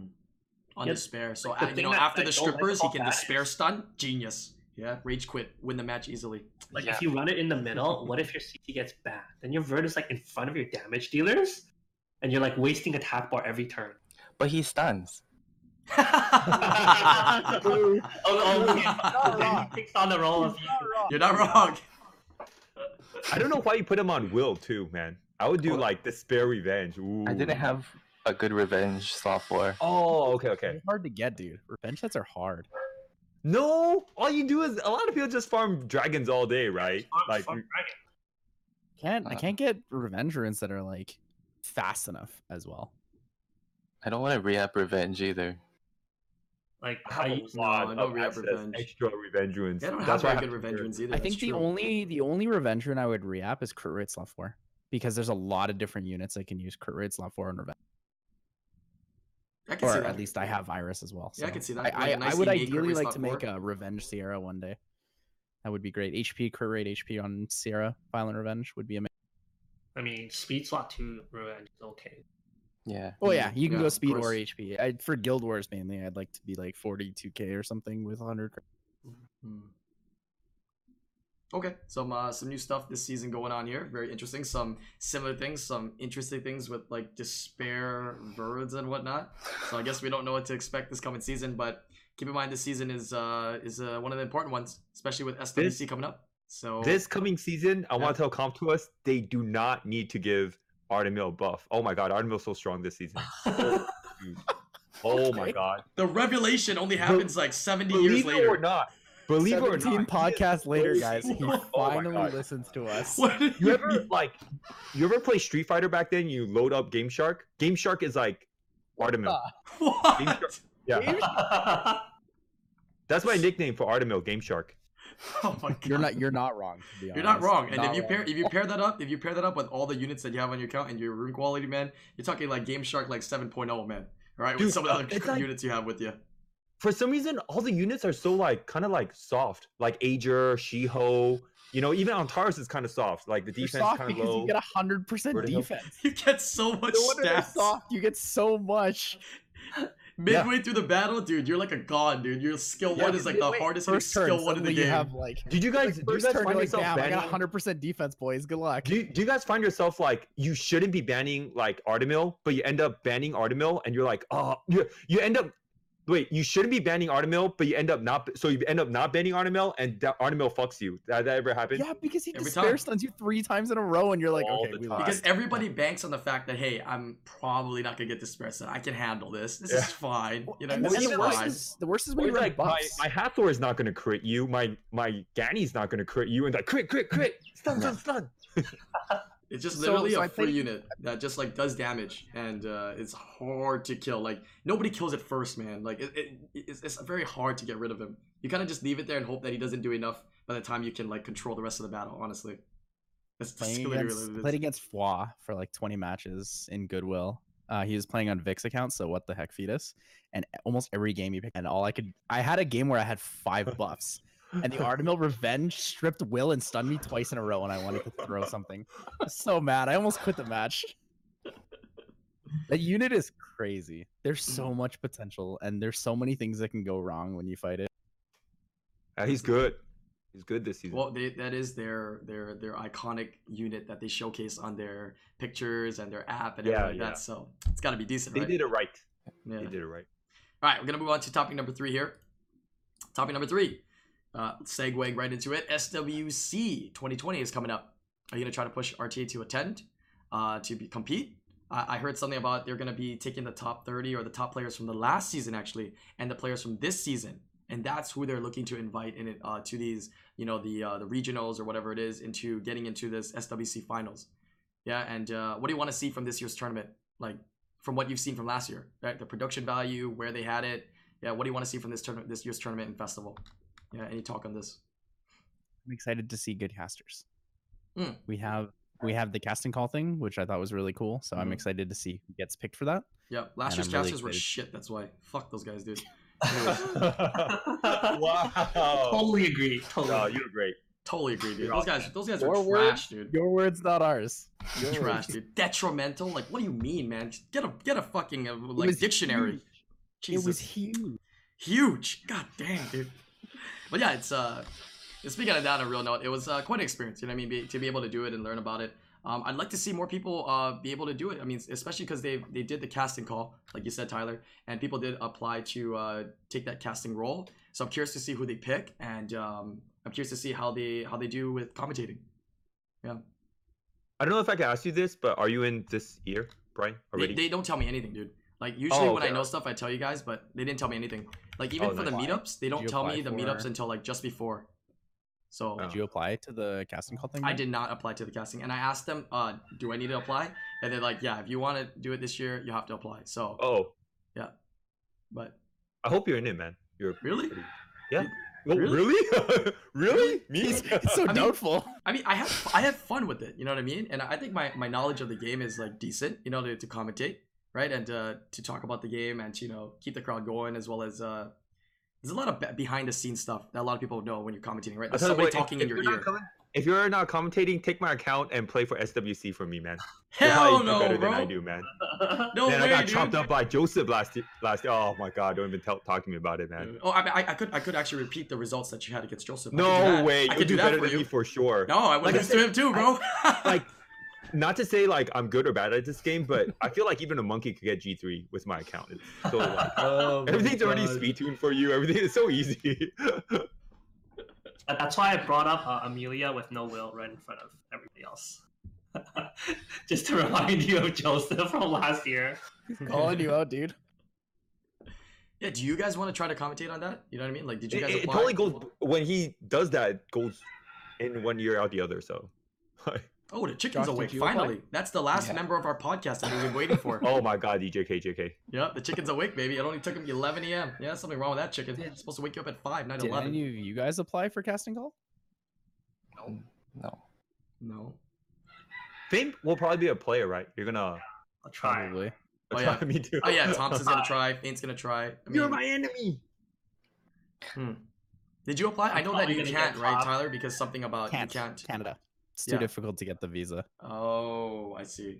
A: On
B: Yep.
A: despair. So
B: The
A: uh, you
B: thing
A: know,
B: that
A: after
B: I
A: the
B: don't like
A: strippers, he
B: about
A: can
B: that
A: despair
B: is-
A: stun. Genius. Yeah, rage quit, win the match easily.
B: Like
E: Yeah.
B: if you run it in the middle, what if your CT gets bad? Then your vert is like in front of your damage dealers, and you're like wasting attack bar every turn.
E: But he stuns.
B: oh, oh, okay.
A: Not
B: Then he takes on the role of
A: You're not wrong.
D: I don't know why you put him on Will too, man. I would do
E: Oh.
D: like despair revenge. Ooh.
E: I didn't have a good revenge slot for.
D: Oh, okay, okay.
C: They're hard to get, dude. Revenge sets are hard.
D: No, all you do is a lot of people just farm dragons all day, right? Like,
B: Fuck dragon.
C: Can't I
E: Uh.
C: can't get revenge runes that are like fast enough as well.
E: I don't want to re-up revenge either.
B: Like
D: I have
B: I
D: a
B: use-
A: I
D: lot
A: don't
D: of
A: really have
D: access,
A: revenge.
D: extra revenge runes.
A: They don't have
D: That's why I
A: very good
D: have
A: revenge
D: despair.
A: runes either.
C: I
A: that's
C: think the
A: true.
C: only the only revenge rune I would reap is crit rate slot four because there's a lot of different units I can use crit rate slot four and revenge,
A: I can see
C: or
A: that.
C: at least I have Iris as well. So.
A: Yeah, I can see that.
C: I,
A: Like
C: I,
A: a
C: I
A: nice E
C: would
A: innate crit
C: ideally
A: rate
C: like
A: slot
C: to make
A: four.
C: a revenge Sierra one day. That would be great. HP crit rate HP on Sierra violent revenge would be amazing.
B: I mean, speed slot two revenge is okay.
E: Yeah.
C: Oh yeah, you can
A: yeah,
C: go
A: of
C: speed or
A: course.
C: HP. I for Guild Wars mainly, I'd like to be like 42k or something with 100. crit.
A: Hmm. Okay, some uh, some new stuff this season going on here. Very interesting. Some similar things, some interesting things with like despair verbs and whatnot. So I guess we don't know what to expect this coming season, but keep in mind this season is uh is uh, one of the important ones, especially with SWC coming up. So
D: This coming season, I
A: Yeah.
D: want to tell Comp to us they do not need to give Artemil a buff. Oh my god, Artemil's so strong this season. Dude. Oh my
C: Okay.
D: god.
A: the revelation only
D: Be-
A: happens like seventy years
D: Believe it
A: later.
D: or not, believe it or not, he
C: 17
D: is
C: podcasts later,
D: so
C: guys, he
D: strong. Oh my
C: finally
D: God.
C: listens to us.
A: What did
D: You ever like, you ever play Street Fighter back then? You load up Game Shark. Game Shark is like Artemil.
C: Ah.
A: What?
D: Yeah,
B: I
D: that's my nickname for Artemil, Game Shark.
A: Oh my god.
C: You're not you're not wrong. to be
A: You're not
C: honest.
A: wrong. And if you
C: wrong.
A: pair if you pair that up, if you pair that up with all the units that you have on your account and your rune quality, man, you're talking like Game Shark like 7.0, man. All right, with
D: Dude,
A: some of the other
D: it's like-
A: units you have with you.
D: For some reason, all the units are so like kind of like soft, like Ager, Shiho. You know, even Antares is kind of soft. Like the
C: You're
D: defense
C: soft
D: kind of
C: because
D: low.
C: you get hundred percent
D: Vertigo.
C: defense.
A: You get so much
C: No wonder they're
A: stats.
C: soft. You get so much.
A: Midway through the battle, dude, you're like a god, dude. Your skill
D: Yeah,
A: one is like the hardest hitting
C: First turn,
A: skill one in the
C: suddenly
A: game.
C: you have like.
D: Did you
C: like,
D: guys? do you
C: first
D: guys
C: turn,
D: find
C: you're like,
D: yourself
C: damn, I
D: banning?
C: got hundred percent defense, boys. Good luck.
D: do, you, do you guys find yourself like you shouldn't be banning like Artemil, but you end up banning Artemil, and you're like, oh, you you end up wait, you shouldn't be banning Artemil, but you end up not, so you end up not banning Artemil, and that Artemil fucks you. That, that ever happened?
C: yeah, because he
A: Every
C: despair
A: time.
C: stuns you three times in a row, and you're like,
D: All
C: okay,
D: the
C: we
D: time.
C: lost.
A: because everybody banks on the fact that hey, I'm probably not gonna get this person. I can handle this. This
D: Yeah.
A: is fine. You know,
C: and,
A: this
C: and
A: is
C: the
D: even
C: worst
A: fine.
C: is the worst is
D: Or
C: when you're like
D: like my,
C: buffs.
D: my Hathor is not gonna crit you, my my Ganny's not gonna crit you, and like crit, crit, crit, stun,
E: Yeah.
D: stun, stun.
A: It's just
C: So-
A: literally
C: so
A: a
C: I
A: free
C: played-
A: unit that just like does damage and uh, it's hard to kill. Like nobody kills it first, man. Like it, it, it's, it's very hard to get rid of him. You kind of just leave it there and hope that he doesn't do enough by the time you can like control the rest of the battle. Honestly, that's that's
C: playing
A: literally
C: against,
A: what
C: played
A: it is.
C: against Fwa for like 20 matches in Goodwill. Uh, he was playing on Vic's account, so what the heck, fetus? And almost every game he picked, and all I could, I had a game where I had five buffs, and the Artemil Revenge stripped Will and stunned me twice in a row, and I wanted to throw something. I was so mad, I almost quit the match. That unit is crazy. There's so much potential, and there's so many things that can go wrong when you fight it.
D: Yeah, he's good. He's good this season.
A: Well, they, that is their their their iconic unit that they showcase on their pictures and their app and
D: Yeah,
A: everything like
D: yeah.
A: that. So it's got to be decent,
D: they
A: right?
D: did it right.
A: Yeah.
D: They did it right.
A: All right, we're gonna move on to topic number three here. Topic number three, uh, segueing right into it. SWC 2020 is coming up. Are you gonna try to push RTA to attend, uh, to be, compete? I I heard something about they're gonna be taking the top 30 or the top players from the last season actually, and the players from this season, and that's who they're looking to invite in it uh, to these, you know, the uh, the regionals or whatever it is into getting into this SWC finals. Yeah, and uh, what do you want to see from this year's tournament? Like from what you've seen from last year, right? The production value, where they had it. Yeah, what do you want to see from this tournament, this year's tournament and festival? Yeah, any talk on this?
C: I'm excited to see good casters.
A: Mm.
C: We have we have the casting call thing, which I thought was really cool. So
A: Mhm.
C: I'm excited to see who gets picked for that.
A: Yeah, last
C: Man,
A: year's
C: I'm really
A: casters were
C: excited.
A: shit. That's why. Fuck those guys, dude. Anyways,
D: wow.
B: totally agree. Totally.
D: No,
B: agree.
D: you're great.
A: totally agree, dude. Those guys, those guys
C: Your
A: were
C: word,
A: trash, dude.
C: Your words, not ours. Your
A: Trash,
C: words.
A: dude. Detrimental. Like, what do you mean, man? Just get a get a fucking uh,
C: It
A: like
C: was
A: dictionary.
C: huge. It
A: Jesus,
C: was huge.
A: huge. God damn, dude. but yeah, it's uh, it's speaking of that on a real note, it was uh, quite an experience. You know what I mean? Be, to be able to do it and learn about it. Um, I'd like to see more people uh, be able to do it. I mean, especially because they they did the casting call, like you said, Tyler, and people did apply to uh, take that casting role. So I'm curious to see who they pick, and um, I'm curious to see how they how they do with commentating.
D: I don't know if I can ask you this, but are you in this year, Brian?
A: They,
D: Already?
A: they don't tell me anything, dude. Like usually
D: Oh,
A: when I
D: okay.
A: know stuff, I tell you guys, but they didn't tell me anything. Like even
D: Oh,
A: for the
C: nice.
A: meetups, they don't
C: you
A: tell me
C: apply
A: the
C: for-
A: meetups until like just before. So
D: Oh.
C: Did you apply to the casting call thing?
A: I
D: Mm-hmm.
C: then?
A: did not apply to the casting, and I asked them, uh, "Do I need to apply?" And they're like, "Yeah, if you want to do it this year, you have to apply." So,
D: oh,
A: but
D: I hope you're in it, man. You're
A: really,
D: pretty- yeah. Well,
A: Really?
D: really? really? Me?
C: He's, he's so
A: mean-
C: doubtful.
A: I mean, I have I had fun with it. You know what I mean? And I think my, my knowledge of the game is like decent. You know, to, to commentate, right, and uh, to talk about the game and to, you know keep the crowd going as well as uh, there's a lot of behind the scenes stuff that a lot of people know when you're commentating, right?
D: I'll
A: There's
D: tell you
A: somebody
D: what, if-
A: talking in
D: if
A: your
D: you're not
A: ear.
D: commen- if you're not commentating, take my account and play for SWC for me, man. You'll
A: Hell
D: probably do
A: no,
D: better than I
A: bro.
D: do, man.
A: No
D: man,
A: way,
D: I got
A: dude.
D: chopped up by Joseph last y- last. Oh my god, don't even tell, talk to me about it, man.
A: Oh, I, mean, I, I could I could actually repeat the results that you had against Joseph. I could do
D: No
A: that.
D: way,
A: I
D: you
A: could
D: do
A: do that
D: better
A: for
D: than
A: you.
D: me for sure.
A: No, I went
D: Like I
A: against him too, bro.
D: like not to say like I'm good or bad at this game, but I feel like even a monkey could get G3 with my account. It's so like
A: Oh
D: everything's already speed tuned for you. Everything is so easy.
B: But that's why I brought up uh, Amelia with no will right in front of everybody else. Just to remind you of Joseph from last year.
C: Calling you out, dude.
A: yeah, do you guys want to try to commentate on that? You know what I mean? Like, did you
D: it,
A: guys
D: it
A: apply?
D: totally goes when he does that. It goes in one year out the other. So,
A: Oh, the chicken's
C: Josh,
A: awake!
C: did you apply?
A: Finally, that's the last
E: Yeah.
A: member of our podcast that we've been waiting for.
D: oh my god, DJK, JK.
A: Yep, the chicken's awake, baby. It only took him 11 a.m. Yeah, there's something wrong with that chicken. It's supposed to wake you up at five, not
C: Did
A: 11.
C: any of you guys apply for casting call?
E: No.
A: No.
D: Fame will probably be a player, right? You're gonna.
B: I'll try.
C: Probably.
A: Oh, yeah.
D: me too.
A: Oh yeah, Thompson's gonna try. Faint's gonna try. I
D: You're
A: mean,
D: my enemy.
A: Did you apply? I
B: I'm
A: know that
B: probably
A: you
B: gonna get
A: can't, right,
B: top.
A: Tyler? Because something about
C: Can't.
A: Uh, you can't.
C: Canada. It's too
A: Yeah.
C: difficult to get the visa.
A: Oh, I see.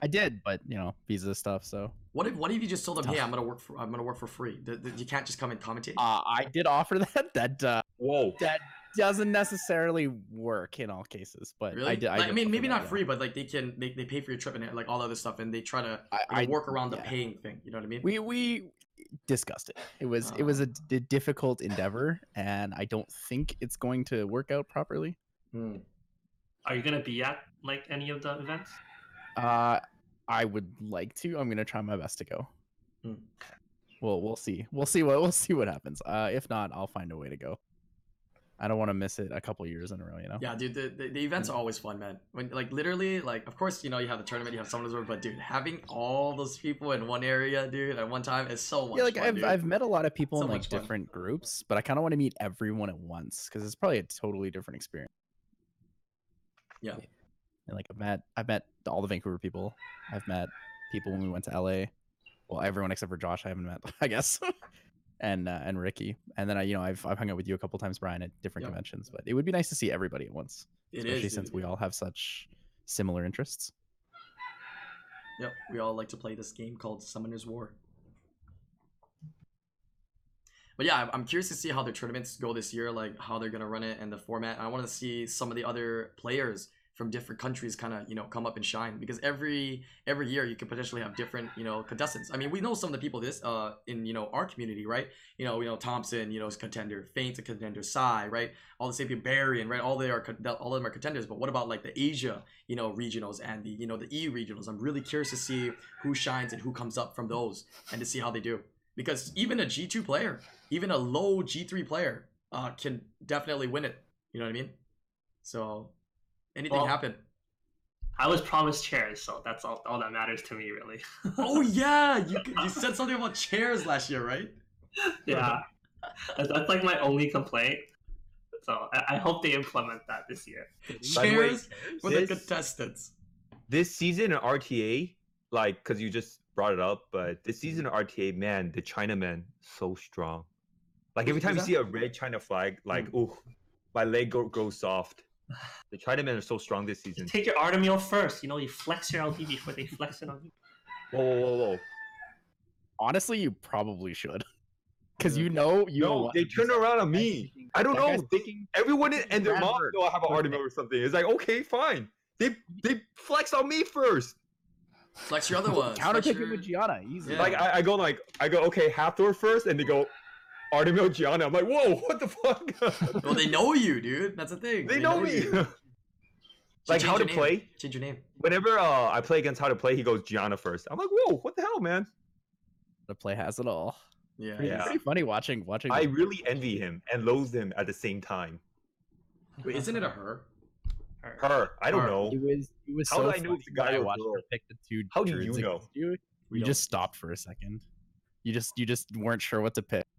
C: I did, but you know, visa stuff. So
A: What if What if you just told him,
C: Tough.
A: "Hey, I'm gonna work for I'm gonna work for free. Th- th- you can't just come and commentate."
C: uh, I did offer that. That uh,
D: Whoa.
C: that doesn't necessarily work in all cases, but
A: Really?
C: I did. I,
A: Like,
C: did
A: I mean,
C: offer
A: maybe
C: that,
A: not
C: yeah.
A: free, but like they can they, they pay for your trip and like all the other stuff, and they try to
C: I,
A: you know,
C: I
A: work around the
C: yeah.
A: paying thing. You know what I mean?
C: we we discussed it. It was it
A: Ah.
C: was a d- difficult endeavor, and I don't think it's going to work out properly.
A: Hmm.
B: Are you gonna be at like any of the events?
C: Uh, I would like to. I'm gonna try my best to go.
A: Hmm.
C: Well, we'll see. We'll see what we'll see what happens. Uh, if not, I'll find a way to go. I don't want to miss it a couple years in a row. You know.
A: Yeah, dude, the, the, the events
C: Hmm.
A: are always fun, man. When like literally, like of course you know you have the tournament, you have someone's over, but dude, having all those people in one area, dude, at one time is so much.
C: yeah, like
A: fun,
C: I've
A: dude.
C: I've met a lot of people
A: So
C: in
A: much
C: like
A: fun.
C: different groups, but I kind of want to meet everyone at once because it's probably a totally different experience.
A: Yeah.
C: and like I've met I've met all the Vancouver people. I've met people when we went to LA. Well, everyone except for Josh, I haven't met, I guess, and uh, and Ricky. And then I, you know, I've I've hung out with you a couple times, Brian, at different
A: Yeah.
C: conventions. But it would be nice to see everybody at once,
A: it
C: especially
A: is
C: since
A: dude.
C: we all have such similar interests.
A: Yep, we all like to play this game called Summoner's War. But yeah, I'm- I'm curious to see how their tournaments go this year, like how they're gonna run it and the format. I want to see some of the other players from different countries kind of you know come up and shine because every every year you could potentially have different you know contestants. I mean, we know some of the people this uh in you know our community, right? You know, you know Thompson, you know, is a contender, Faint's a contender, Psy, right? All the same people, Barian, right? All they are con- all of them are contenders. But what about like the Asia you know regionals and the you know the EU regionals. I'm really curious to see who shines and who comes up from those and to see how they do because even a G2 player, even a low G3 player uh, can definitely win it. You know what I mean? So anything
B: Well-
A: happen.
B: I was promised chairs, so that's all, all that matters to me really.
A: Oh yeah, you you said something about chairs last year, right?
B: yeah. That's, that's like my only complaint. So I, I hope they implement that this year.
D: By the way,
A: Chairs for the
D: this-
A: contestants.
D: this season in RTA, like, because you just brought it up, but this season in RTA, man, the Chinaman so strong. Like every
A: Who's-
D: time you
A: who's
D: see a red China flag, like,
A: Hmm.
D: ooh, my leg go- goes soft. The Chinamen are so strong this
B: You
D: season.
B: take your Artemil first, you know, you flex your LD before they flex it on you.
D: Whoa, whoa, whoa, whoa!
C: Honestly, you probably should. because you know you don't
D: no,
C: want
D: they
C: to do
D: turn
C: something.
D: around on me. I don't
C: That
D: know.
C: guy's
D: They-
C: thinking-
D: everyone in, and their mom
C: Bradford.
D: know I have an argument or something. It's like, okay, fine. They they flex on me first.
A: Flex your other ones.
C: counter
A: Flex
C: pick
A: your...
C: him with Gianna. Easy.
A: Yeah.
D: Like I, I go like I go okay Hathor first, and they go Artemio Gianna. I'm like, whoa, what the fuck?
A: Well, they know you, dude. That's the thing.
D: they know me.
A: you. Should
D: like
A: change
D: how
A: your
D: to
A: name.
D: play.
A: Change your name.
D: Whenever uh, I play against how to play, he goes Gianna first. I'm like, whoa, what the hell, man?
C: The play has it all.
A: Yeah.
C: Pretty-
D: Yeah.
C: Pretty funny watching watching.
D: I
C: them.
D: really envy him and loathe him at the same time.
A: Wait, isn't it a her?
D: Her, I don't
A: Her.
D: know.
C: It was it was
D: How
C: so
D: did I know
C: funny
D: if the guy
C: when I
D: was
C: watched her
D: girl?
C: pick the two.
D: How do
C: turds
D: you
C: against
D: know?
C: You,
A: We
C: you
A: don't
C: just
A: know.
C: stopped for a second. You just you just weren't sure what to pick.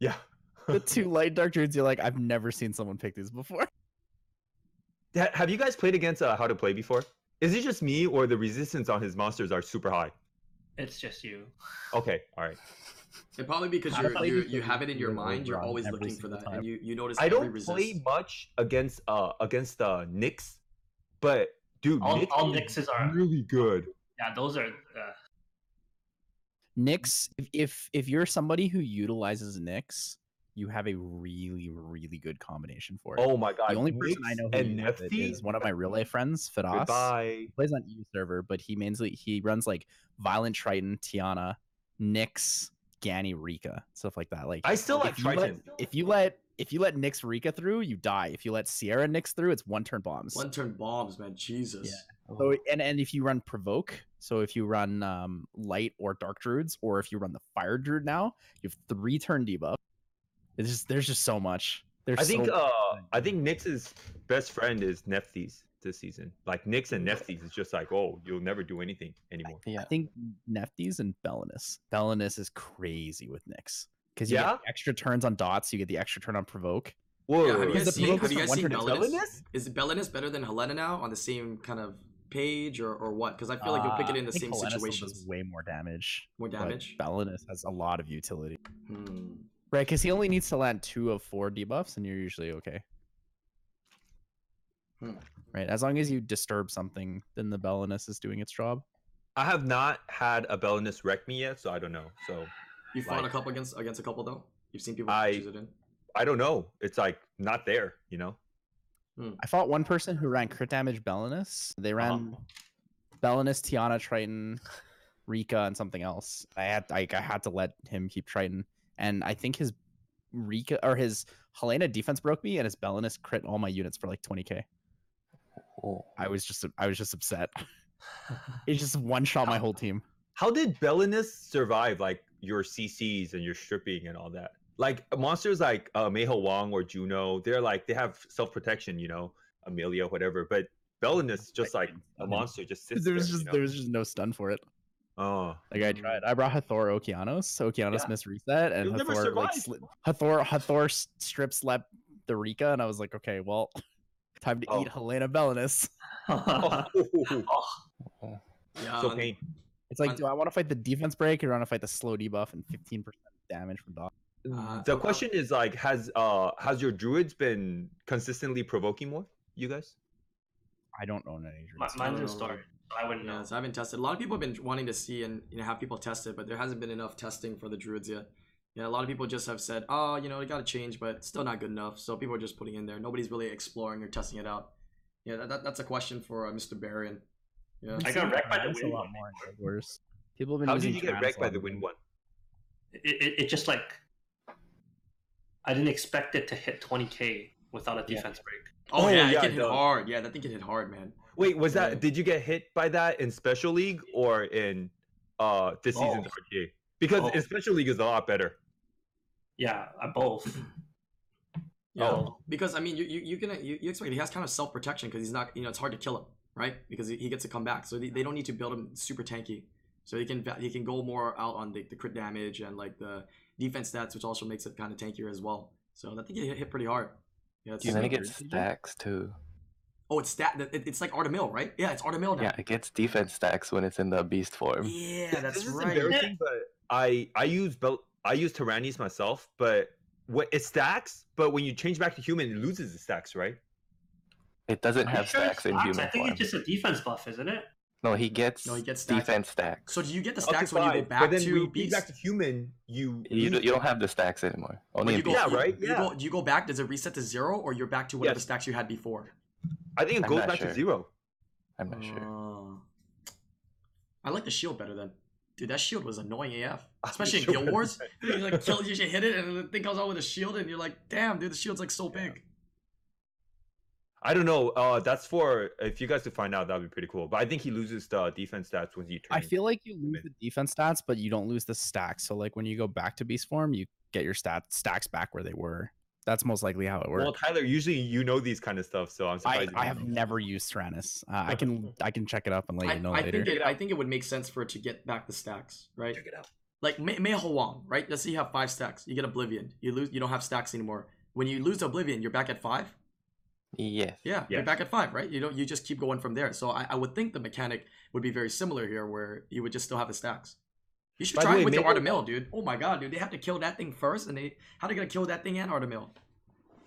D: Yeah,
C: The two light dark druids. You're like, I've never seen someone pick these before.
D: Ha- Have you guys played against uh, how to play before? Is it just me or the resistance on his monsters are super high?
B: It's just you.
D: Okay, all right.
A: It probably because
C: How to
A: you're,
C: play
A: you
C: these
A: you
C: things
A: have it in your
C: really
A: mind. You're
C: wrong
A: always
C: every
A: looking for
C: single
A: that,
C: time.
A: and you you notice.
D: I
A: every
D: don't
A: resist.
D: play much against uh against uh Knicks, but dude,
B: All,
D: Nyx
B: all
D: is
B: Nixes are.
D: really good.
B: Yeah, those are. Uh,
C: Nyx, if, if if you're somebody who utilizes Nyx, you have a really really good combination for it.
D: Oh my god!
C: the only person I
D: Nyx
C: know who
D: and
C: uses it
D: Nephi
C: is one of my real life friends, Fidas.
D: Goodbye.
C: He plays on EU server, but he mainly he runs like Violent Triton, Tiana, Nyx, Ganny, Rika, stuff like that. Like
D: I still like
C: if you let,
D: Triton.
C: if you let if you let Nyx Rika through, you die. If you let Sierra Nyx through, it's one turn bombs.
A: One turn bombs, man. Jesus.
C: Yeah. So and and if you run provoke, so if you run um light or dark druids, or if you run the fire druid now, you have three turn debuff. It's just there's just so much. There's
D: I think
C: so
D: uh I think Nyx's best friend is Nephthys this season. Like Nyx and Nephthys is just like, oh, you'll never do anything anymore.
E: yeah.
C: I think Nephthys and Belinus. Belinus is crazy with Nyx because you
D: Yeah?
C: get the extra turns on dots, you get the extra turn on provoke.
D: Whoa,
A: Yeah, have you
C: Because
A: guys
C: the
A: seen,
C: provoke
A: have
C: is
A: you
C: a
A: guys
C: one
A: seen
C: turn
A: Belinus?
C: attack.
A: Is Belinus better than Helena now on the same kind of page or, or what? Because I feel like you'll pick it
C: Uh,
A: in
C: I
A: the same
C: think Helenus still does
A: situations.
C: Way more damage.
A: More
C: but
A: damage?
C: Belinus has a lot of utility,
A: Hmm.
C: right? Because he only needs to land two of four debuffs, and you're usually okay.
A: Hmm.
C: Right, as long as you disturb something, then the Belinus is doing its job.
D: I have not had a Belinus wreck me yet, so I don't know. So
A: You fought a
D: Like-
A: couple against against a couple though. You've seen people
D: I-
A: choose it in.
D: I don't know. It's like not there, you know.
C: I fought one person who ran crit damage Belinus. They
D: Uh-huh.
C: ran Belinus, Tiana, Triton, Rika, and something else. I had I, I had to let him keep Triton, and I think his Rika or his Helena defense broke me, and his Belinus crit all my units for like 20k.
E: Oh.
C: I was just I was just upset. It just one shot my whole team.
D: How did Belinus survive like your CCs and your stripping and all that? Like monsters like uh, Meiho Wang or Juno, they're like they have self protection, you know, Amelia, whatever. But Belinus just like a monster, just sits
C: There was
D: there,
C: just
D: you know?
C: there was just no stun for it.
D: Oh,
C: Like I
A: Mm.
C: tried. I brought Hathor Okeanos. So Okeanos
D: Yeah.
C: missed reset, and
D: You'll never
C: Hathor like
D: survive.
C: sli- Hathor Hathor s- strip slept the Rika, and I was like, okay, well, time to
D: Oh.
C: eat Helena Belinus.
D: oh,
A: Yeah.
D: so
A: on-
D: pain.
C: It's like,
A: Un-
C: do I want to fight the defense break or do I want to fight the slow debuff and 15% damage from Doc?
A: Uh,
D: the question is like, has uh has your druids been consistently provoking more? You guys?
C: I don't own any
B: my,
C: druids.
B: mine's in
A: Oh.
B: storage, so I wouldn't
A: Yeah,
B: know.
A: so I haven't tested. A lot of people have been wanting to see and you know have people test it, but there hasn't been enough testing for the druids yet. Yeah, a lot of people just have said, oh, you know, it got to change, but still not good enough. So people are just putting in there. Nobody's really exploring or testing it out. Yeah, that, that, that's a question for uh, Mr. Baron. Yeah.
B: I got wrecked by the
C: Tyrannus
B: wind
C: a lot
B: one.
C: more in Guild Wars. People have been
D: How
C: using
D: did you get
C: Tyrannus
D: wrecked
C: a
D: by
C: lot
D: the
C: in
D: wind
C: Guild
D: one?
B: It, it, it just like. I didn't expect it to hit 20k without a
C: Yeah.
B: defense break.
A: Oh,
D: Oh,
A: yeah, it
D: yeah,
A: can hit
D: duh.
A: hard. Yeah, that thing can hit hard, man.
D: Wait, was
A: Yeah.
D: that? Did you get hit by that in Special League or in uh this season's RTA? Because
B: Oh.
D: in Special League is a lot better.
B: Yeah, uh, both.
A: Yeah.
D: Oh.
A: Because I mean, you you you can you, you expect he has kind of self protection because he's not you know it's hard to kill him right because he, he gets to come back so they, they don't need to build him super tanky so he can va- he can go more out on the, the crit damage and like the defense stats which also makes it kind of tankier as well so I think it hit, hit pretty hard yeah it's,
C: Do you
E: And then it
C: think-
E: gets stacks too.
A: oh it's stat it, it's like Artemil right yeah it's Artemil now
E: Yeah, it gets defense stacks when it's in the beast form.
A: yeah
D: Th-
A: that's
D: this is
A: right
D: embarrassing, but I I use Bel- I use Tyrannies myself, but what it stacks, but when you change back to human, it loses the stacks, right?
E: It doesn't
B: I'm
E: have
B: sure it's
E: stacks in
B: stocks.
E: human
B: I think
E: form.
B: it's just a defense buff, isn't it?
E: No, he gets,
A: No, he gets stacked.
E: defense stacks.
A: So do you get the
D: Okay,
A: stacks when you
D: fine,
A: go
D: but
A: back
D: then when
A: to
D: you feed
A: beast?
D: back to human, you
E: you, do,
D: lose
E: you don't have the stacks anymore.
A: When
E: Only in
A: you go,
E: beast.
D: Yeah, right?
A: You,
D: Yeah.
A: go, you go back. Does it reset to zero, or you're back to whatever
D: Yes.
A: stacks you had before?
D: I think it
E: I'm
D: goes
E: not
D: back
E: sure.
D: to zero.
E: I'm not sure.
A: Oh. I like the shield better then. Dude, that shield was annoying AF, especially in
D: Sure.
A: Guild Wars. you like kill, you should hit it, and the thing comes out with a shield, and you're like, damn, dude, the shield's like so big.
D: I don't know. Uh, that's for if you guys could find out, that'd be pretty cool. But I think he loses the defense stats when he
C: I
D: turns.
C: feel like you lose the defense stats, but you don't lose the stacks. So like when you go back to beast form, you get your stat stacks back where they were. That's most likely how it works.
D: Well, Tyler, usually you know these kind of stuff, so I'm
C: I,
D: surprised. you
C: I
D: don't
C: have
D: know.
C: never used Theranis. Uh, I can I can check it up and let
A: I,
C: you know
A: I
C: later.
A: think it, I think it would make sense for it to get back the stacks, right?
B: Check it out.
A: Like Mei Mei Ho Wang, right? Let's say you have five stacks, you get Oblivion. You lose, you don't have stacks anymore. When you lose Oblivion, you're back at five.
E: Yes.
A: Yeah, you're
D: Yes.
A: back at five, right? You don't. You just keep going from there. So I, I would think the mechanic would be very similar here, where you would just still have the stacks. You should
D: By the
A: try
D: way,
A: it with your
D: maybe-
A: Artemil, dude. Oh my god, dude, they have to kill that thing first, and they how they gonna kill that thing and Artemil?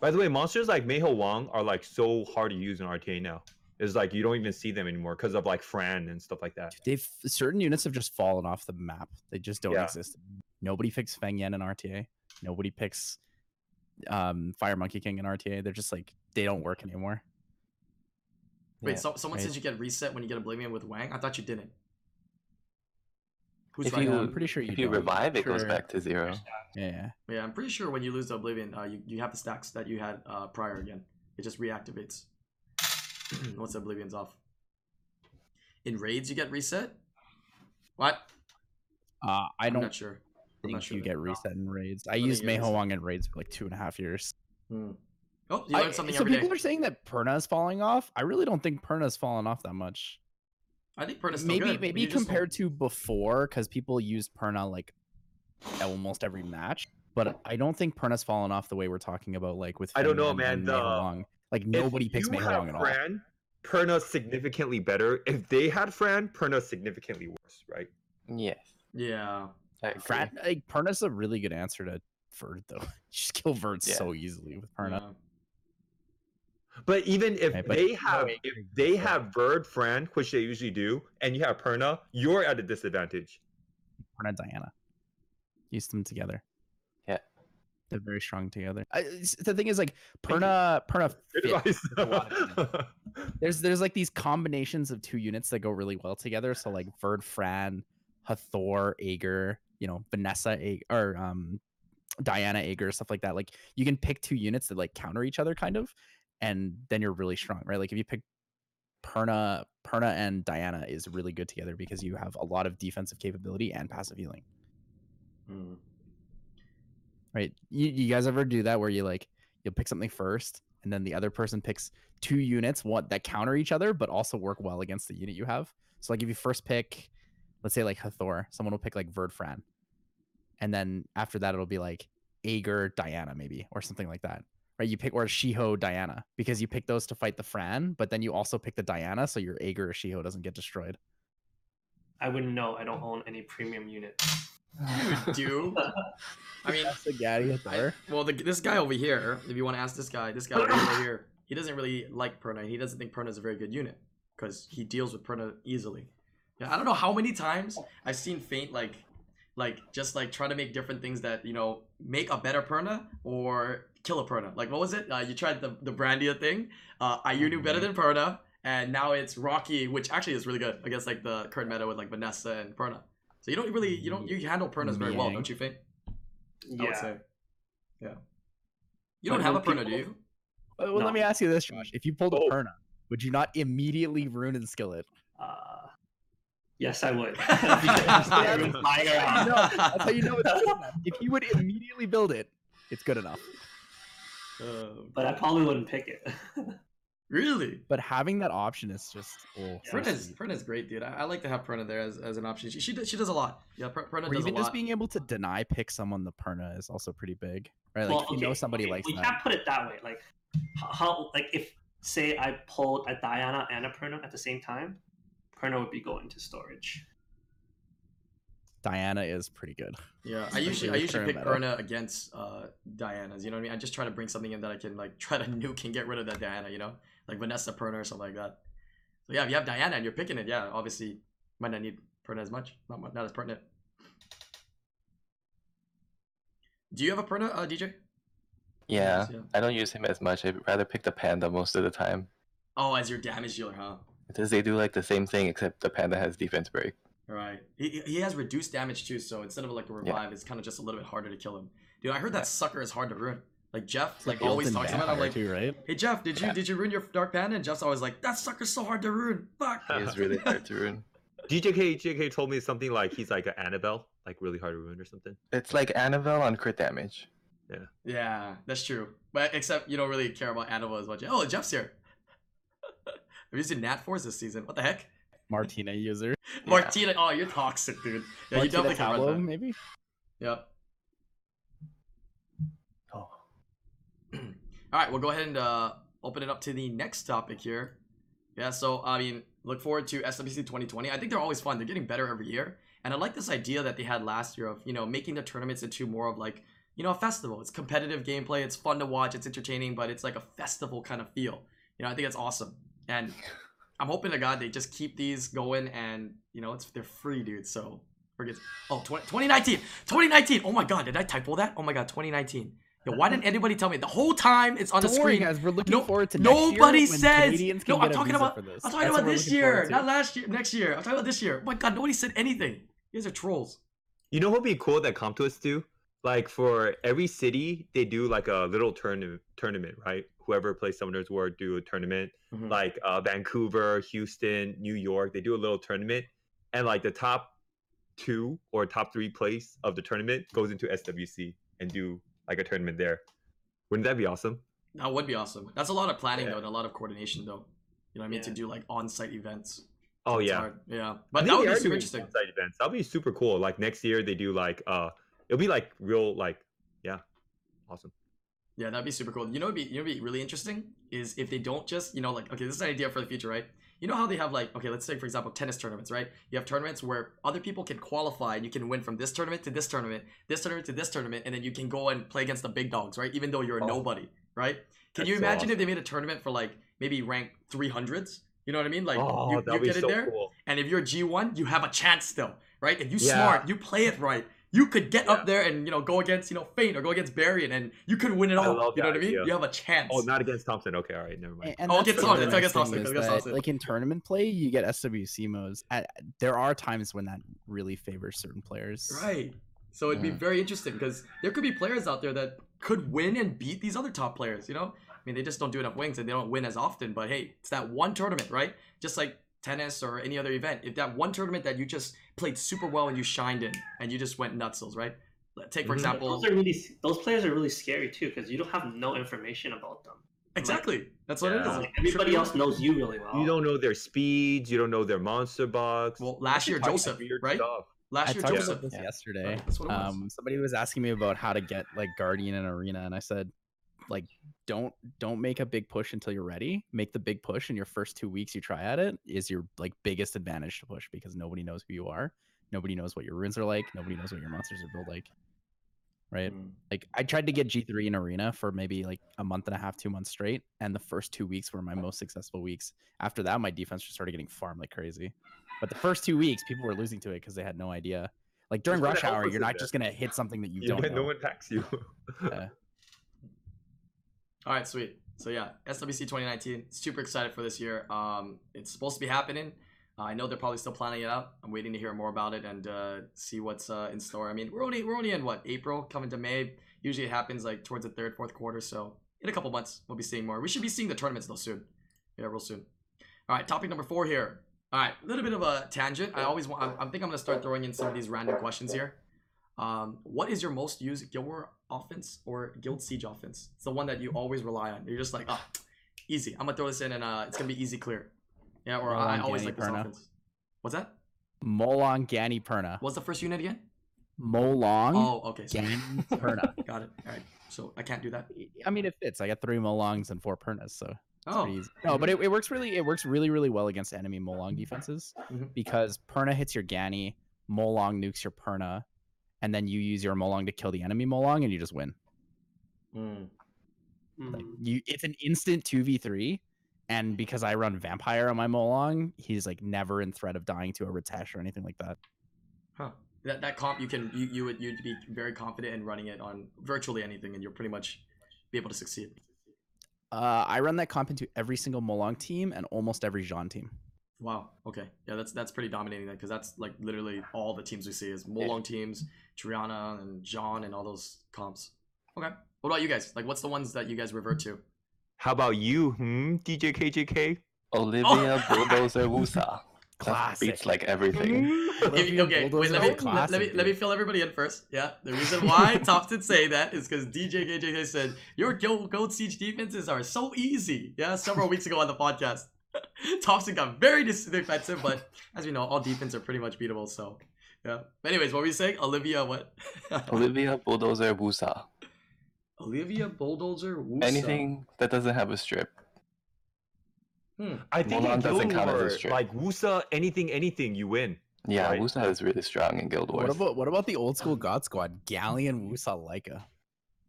D: By the way, monsters like Meiho Wang are like so hard to use in RTA now. It's like you don't even see them anymore because of like Fran and stuff like that.
C: They've certain units have just fallen off the map. They just don't
D: Yeah.
C: exist. Nobody picks Feng Yen in RTA. Nobody picks um, Fire Monkey King in RTA. They're just like they don't work anymore.
A: Wait,
E: Yeah,
A: so, someone
C: right.
A: says you get reset when you get Oblivion with Wang. I thought you didn't. Who's
E: If
A: right?
E: you,
C: Yeah, I'm pretty sure you
E: if you
C: don't.
E: revive, it goes
C: Sure.
E: back to zero.
C: Yeah, yeah.
A: Yeah, I'm pretty sure when you lose the Oblivion, uh, you, you have the stacks that you had uh, prior again. It just reactivates once Oblivion's off. In raids, you get reset. What?
C: Uh, I
A: I'm
C: don't
A: not sure. I'm
C: think
A: not sure
C: you
A: that-
C: get reset in raids. I
A: think
C: used
A: it is.
C: Meho Wang in raids for like two and a half years.
A: Hmm. Oh, you learn
C: I-
A: something
C: so
A: every day.
C: people are saying that Perna is falling off. I really don't think Perna's fallen off that much.
A: I think Perna's still
C: maybe
A: good.
C: maybe
A: You just don't-
C: compared to before, because people used Perna like almost every match. But I don't think Perna's fallen off the way we're talking about, like with.
D: I don't
C: Feng
D: know,
C: Yan
D: man,
C: and
D: the-
C: Mei Huang. Like nobody picks Mei Huang at all.
D: Fran, Perna's significantly better. If they had Fran, Perna's significantly worse, right?
E: Yes.
A: Yeah.
E: I agree.
C: Fran, like Perna's a really good answer to Verd though. Just kill Verd
E: Yeah.
C: so easily with Perna.
A: yeah.
D: But even if
C: Okay, but
D: they
C: no
D: have
C: way
D: if
C: you're
D: they
C: gonna get
D: have Bird, Fran, which they usually do, and you have Perna, you're at a disadvantage.
C: Perna Diana. Use them together.
E: Yeah.
C: They're very strong together. I, it's- the thing is, like Perna, Perna
D: Good
C: fit
D: advice.
C: a lot of there's there's like these combinations of two units that go really well together. So like Verd Fran, Hathor, Ager, you know, Vanessa A- or um Diana Ager, stuff like that. Like you can pick two units that like counter each other kind of, and then you're really strong, right? Like if you pick Perna, Perna and Diana is really good together because you have a lot of defensive capability and passive healing
A: Hmm.
C: right? You, you guys ever do that where you like you'll pick something first, and then the other person picks two units what that counter each other, but also work well against the unit you have. So like if you first pick, let's say like Hathor, someone will pick like Verdfran, and then after that it'll be like Ager Diana maybe or something like that. Right, you pick or Shiho Diana because you pick those to fight the Fran, but then you also pick the Diana, so your Ager or Shiho doesn't get destroyed.
B: I wouldn't know. I don't own any premium units.
A: Do. I mean,
C: the Gaddy
A: Hathor. well, the, this guy over here, if you want to ask this guy, this guy over here, he doesn't really like Perna. and He doesn't think Perna's a very good unit because he deals with Perna easily. Yeah, I don't know how many times I've seen Faint like, like just like trying to make different things that you know make a better Perna or kill a Perna. Like what was it? Uh, you tried the the Brandia thing. Uh, Ayu knew better than Perna, and now it's Rocky, which actually is really good against like the current meta with like Vanessa and Perna. So you don't really you don't you handle Pernas very well,
C: Meang.
A: don't you, Faint? I would
B: Yeah.
A: say. Yeah. You
B: But
A: don't have a
B: when
A: Perna, do
B: people-
A: you?
C: Well, well, let
B: No.
C: me ask you this, Josh. If you pulled a
D: Oh.
C: Perna, would you not immediately ruin and skillet?
B: Uh, yes, I would. Because they're flying around.
C: No, That's how you know it's good enough. If you would immediately build it, it's good enough.
B: But I probably wouldn't pick it.
A: Oh, really?
C: But having that option is just oh, so
A: Perna's,
C: sweet.
A: Perna's great, dude. I, I like to have Perna there as, as an option. She, she, does, she does a lot. Yeah, Per- Perna does
C: or
A: a
C: even
A: lot.
C: just being able to deny pick someone the Perna is also pretty big, right? Like
B: well,
C: if you know
B: okay,
C: somebody
B: okay,
C: likes
B: we
C: that.
B: can't put it that way. Like h- how like if say I pulled a Diana and a Perna at the same time, Perna would be going to storage.
C: Diana is pretty good.
A: yeah, I
C: especially
A: usually I
C: with
A: usually
C: current
A: pick
C: meta.
A: Perna against uh, Diana's. You know what I mean? I just try to bring something in that I can like try to nuke and get rid of that Diana. You know, like Vanessa Perna or something like that. So yeah, if you have Diana and you're picking it, yeah, obviously might not need Perna as much. Not mu- not as pertinent. Do you have a Perna, uh, DJ?
E: Yeah,
A: yeah.
E: I don't use him as much. I'd rather pick the panda most of the time
A: Oh, as your damage dealer, huh?
E: because they do like the same thing except the panda has defense break.
A: All right. He, he- he has reduced damage too, so instead of like a revive, it's kind of just a little bit harder to kill him. Dude, I heard that sucker is hard to ruin. Like Jeff, like always
C: Built-in
A: talks about. it. I'm
C: vampire
A: like,
C: too, right?
A: hey Jeff, did you
E: Yeah.
A: did you ruin your dark panda? And Jeff's always like, that sucker's so hard to ruin. Fuck.
E: It's really hard to ruin.
D: DJK JK told me something like he's like an Annabelle, like really hard to ruin or something.
E: It's like Annabelle on crit damage.
A: Yeah, that's true. But except you don't really care about animal as much. Oh, Jeff's here. I'm using Nat Force this season. What the heck?
C: Martina user.
E: Yeah.
A: Martina, oh, you're toxic, dude. Yeah, you
C: Martina
A: definitely can
C: Kahlo,
A: run
C: maybe.
A: that. Yep.
E: Oh.
A: All right, we'll go ahead and uh, open it up to the next topic here. Yeah, so I mean, look forward to SWC 2020. I think they're always fun. They're getting better every year, and I like this idea that they had last year of you know making the tournaments into more of like you know a festival. It's competitive gameplay. It's fun to watch. It's entertaining, but it's like a festival kind of feel. You know, I think that's awesome, and I'm hoping to God they just keep these going, and you know it's they're free, dude. So forget. Oh, 20, 2019, 2019. Oh my God, did I typo that? Oh my God, 2019. Yo, why didn't anybody tell me? The whole time it's on
C: Don't
A: the
C: worry,
A: screen.
C: guys. We're looking
A: No-
C: forward to
A: nobody
C: next year when
A: says-
C: Canadians can
A: No, I'm
C: get a
A: talking
C: visa
A: about-
C: for this.
A: I'm talking
C: That's what
A: about
C: we're
A: this
C: looking forward
A: year,
C: to.
A: not last year. Next year. I'm talking about this year. Oh my God, nobody said anything. You guys are trolls.
D: You know what'd be cool that Comptos do? Like for every city, they do like a little tourna- tournament, right? Whoever plays Summoners War do a tournament.
A: Mhm.
D: Like uh, Vancouver, Houston, New York, they do a little tournament, and like the top two or top three place of the tournament goes into SWC and do like a tournament there. Wouldn't that be awesome?
A: That would be awesome. That's a lot of planning
D: Yeah.
A: though, and a lot of coordination though. You know what I mean? To
B: Yeah.
A: do like on-site events.
D: Oh
A: It's
D: yeah,
A: hard. yeah.
D: I
A: But
D: think
A: that
D: they
A: would
D: are
A: be super
D: doing
A: interesting.
D: on-site events. That'll be super cool. Like next year, they do like uh, it'll be like real like yeah, awesome.
A: Yeah, that'd be super cool. You know, what'd be you know, what'd be really interesting is if they don't just you know like okay, this is an idea for the future, right? You know how they have like okay, let's say for example tennis tournaments, right? You have tournaments where other people can qualify and you can win from this tournament to this tournament, this tournament to this tournament, and then you can go and play against the big dogs, right? Even though you're a
D: Oh.
A: nobody, right? Can
D: That's
A: you
D: so
A: imagine if
D: awesome.
A: they made a tournament for like maybe rank 300s? You know what I mean? Like
D: oh,
A: you,
D: that'll
A: you
D: be
A: get in
D: so
A: there,
D: cool.
A: and if you're G1, you have a chance still, right? If you
D: Yeah.
A: smart, you play it right. You could get
D: Yeah.
A: up there and you know go against you know Fane or go against Barry and you could win it all.
D: I
A: You know
D: love
A: what I
D: that
A: mean?
D: idea.
A: You have a chance.
D: Oh, not against Thompson. Okay, all right, never mind.
C: A- And
A: Oh,
C: that's
A: get
C: the
A: Thompson,
C: other
A: that's- I
C: nice
A: guess Thompson,
C: thing
A: I
C: is
A: guess
C: that,
A: Thompson.
C: Like in tournament play, you get SWC modes. I, there are times when that really favors certain players.
A: Right. So it'd be
E: Yeah.
A: very interesting because there could be players out there that could win and beat these other top players, you know? I mean, they just don't do enough wings and they don't win as often, but hey, it's that one tournament, right? Just like tennis or any other event. If that one tournament that you just played super well and you shined in and you just went nutsels, right? Let- Take, for
B: But
D: Mhm.
A: example,
B: Those are really those players are really scary too because you don't have no information about them.
A: exactly. That's what
D: Yeah.
A: it
B: Like,
A: is.
B: everybody
A: Triple-
B: else knows you really well.
D: You don't know their speeds. You don't know their monster box.
A: Well, last year,
D: Like,
A: Joseph,
D: weird
A: right?
D: stuff.
C: I
A: Last year,
C: talked
A: Joseph.
C: about this
E: Yeah.
C: yesterday.
A: Right, that's what it was.
C: Um, somebody was asking me about how to get like Guardian and Arena, and I said, like, don't don't make a big push until you're ready. Make the big push, and your first two weeks you try at it is your like biggest advantage to push because nobody knows who you are, nobody knows what your runes are like, nobody knows what your monsters are built like. Right. like I tried to get G3 in arena for maybe like a month and a half, two months straight, and the first two weeks were my most successful weeks. After that, my defense just started getting farmed like crazy. But the first two weeks, people were losing to it because they had no idea. Like during
D: That's what
C: rush
D: the
C: hour,
D: helpers
C: you're
D: is
C: not
D: there.
C: just gonna hit something that you,
D: You
C: don't
D: get-
C: know.
D: no one attacks you.
C: Yeah.
A: All right, sweet. So yeah, SWC 2019. Super excited for this year. Um, it's supposed to be happening. Uh, I know they're probably still planning it out. I'm waiting to hear more about it and uh, see what's uh, in store. I mean, we're only we're only in what April, coming to May. Usually it happens like towards the third, fourth quarter. So in a couple months, we'll be seeing more. We should be seeing the tournaments though soon. Yeah, real soon. All right, topic number four here. All right, a little bit of a tangent. I always want. I, I think I'm gonna start throwing in some of these random questions here. Um, what is your most used Guild War offense or Guild Siege offense? It's the one that you always rely on. You're just like, ah, easy. I'm gonna throw this in and uh, it's gonna be easy clear. Yeah, or
C: Roll
A: I
C: on
A: always
C: Danny
A: like this
C: Perna.
A: offense. What's that?
C: Molong Gani Perna.
A: What's the first unit again?
C: Molong
A: Oh, okay. So,
C: Gani Perna.
A: got it. All right. So I can't do that.
C: I mean, it fits. I got three Molongs and four Pernas, so It's
A: Oh,
C: pretty easy. No, but it, it works really it works really really well against enemy
A: Mm-hmm.
C: Molong defenses
A: Mhm.
C: because Perna hits your Gani, Molong nukes your Perna, and then you use your Molong to kill the enemy Molong and you just win.
A: Mm.
C: Like
B: Mm.
C: you, it's an instant two v three, And because I run vampire on my Molong, he's like never in threat of dying to a Ritesh or anything like that.
A: Huh. That, that comp you can you, you would you'd be very confident in running it on virtually anything, and you'll pretty much be able to succeed.
C: Uh, I run that comp into every single Molong team and almost every Jean team.
A: Wow. Okay. Yeah, that's that's pretty dominating then, because that's like literally all the teams we see is Molong teams, Triana and John and all those comps. Okay. What about you guys? Like, what's the ones that you guys revert to?
D: How about you, hmm? DJ KJK?
E: Olivia Bulldozer Wusa. That
C: Classic. Mm-hmm.
E: Beats like everything.
A: If you- okay, wait, let me,
C: Bulldozer.
A: let, let me
C: Classic,
A: let me
C: dude.
A: fill everybody in first. Yeah, the reason why Top did say that is because DJ KJK said your Gold, Gold Siege defenses are so easy. Yeah, several weeks ago on the podcast, Thompson got very dis- defensive, but as we know, all defense are pretty much beatable. So, yeah. But anyways, what were you saying, Olivia? What?
E: Olivia Bulldozer Wusa.
A: Olivia Bulldozer. Wusa.
E: Anything that doesn't have a strip.
D: I think
E: Mulan
D: in
E: doesn't
D: Guild
E: count as a
D: Wars,
E: strip.
D: like Wusa, anything, anything, you win.
E: Yeah,
D: Right.
E: Wusa is really strong in Guild Wars.
C: What about what about the old
E: Um,
C: school God Squad? Galleon,
E: mm-hmm.
C: Wusa, Leica.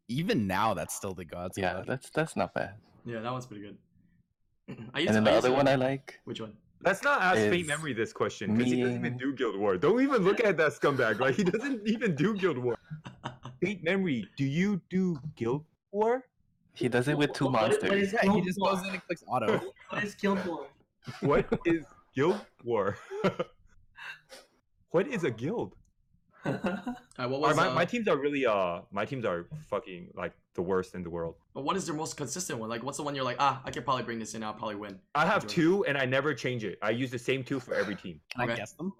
C: Even now, that's still the God
E: yeah,
C: Squad.
E: that's that's not bad.
A: Yeah, that one's pretty good. I
E: And then the
A: I
E: other
A: to-
E: one I like.
A: Which one?
D: Let's not ask
E: Is
D: Faint Memory this question because he doesn't even
E: mean-
D: do Guild War. Don't even look at that scumbag. Like he doesn't even do Guild War. Faint Memory, do you do Guild War?
E: He does it with
B: Wh-
E: two
B: wh- what is- what
E: monsters.
B: is
C: Yeah, he
B: Guild
C: just
B: Wars?
C: goes in and clicks auto.
B: What is Guild Wars?
D: What is Guild War? what is a guild?
A: All right, what
D: Alright,
A: was?
D: my,
A: uh,
D: my teams are really uh my teams are fucking like the worst in the world.
A: but what is their most consistent one? Like, what's the one you're like, ah, I could probably bring this in. I'll probably win.
D: I have
A: Enjoy.
D: two and I never change it. I use the same two for every team.
C: Can
A: Okay.
C: I guess them?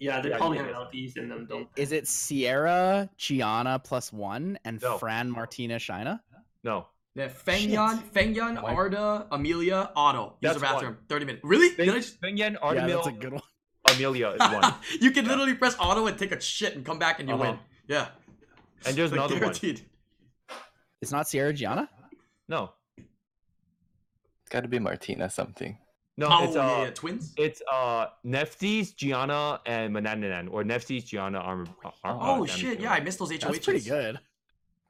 B: yeah, they
D: Yeah,
B: probably
D: you
B: have
D: guess.
B: LBs in them, don't
C: Is it Sierra, Gianna plus one, and
D: No.
C: Fran, Martina, Shina?
D: No.
A: Yeah, Fengyan, Fengyan,
E: Why-
A: Arda, Amelia, Otto. Use
D: That's
A: the bathroom. Thirty minutes. Really? Did I just-
D: Fengyan,
C: yeah, that's a
D: Artemil,
C: good one.
D: Amelia is one.
A: you can
D: Yeah.
A: literally press auto and take a shit and come back and you
D: Uh-huh.
A: win. Yeah.
D: And there's
A: Like,
D: another one.
A: guaranteed.
C: It's not Sierra, Gianna.
D: No.
E: It's got to be Martina something.
D: No,
A: Oh,
D: it's uh
A: yeah, yeah, twins.
D: It's uh Neftis, Gianna, and Manananan, or Neftis, Gianna, Armor.
A: oh shit! Yeah, I missed those HOHs.
C: That's pretty good.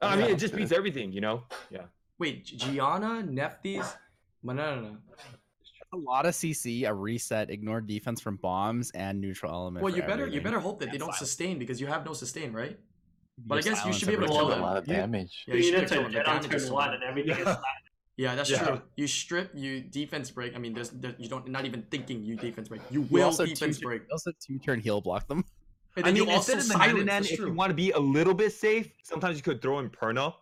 D: I mean,
E: Yeah.
D: it just beats everything, you know. Yeah.
A: Wait, G- Gianna, Neftis, Manana.
C: A lot of CC, a reset, ignore defense from bombs, and neutral element.
A: Well,
C: for
A: you better you
C: everything.
A: better hope that
C: And
A: they don't
C: silence.
A: sustain because you have no sustain, right?
C: You
A: but I guess you
C: silence
A: should be able to
E: Which
A: kill
C: everything.
E: is a
A: them.
E: lot of damage.
A: Yeah, you
B: you
A: should
B: need
A: have
B: to
A: killed them. The
B: turn on
A: damage is
B: turn
A: so
B: one
A: low.
B: and everything is flat.
A: Yeah, that's
D: Yeah.
A: true. You strip, you defense break. I mean, there's, there, you don't not even thinking you defense break. You
C: You
A: will
C: also
A: defense
C: two,
A: break.
C: you also two turn heal block them.
A: And
D: I
A: then
D: mean,
A: you also
D: instead of
A: silence.
D: Manananan,
A: That's
D: if you
A: true.
D: want to be a little bit safe, sometimes you could throw in Perna,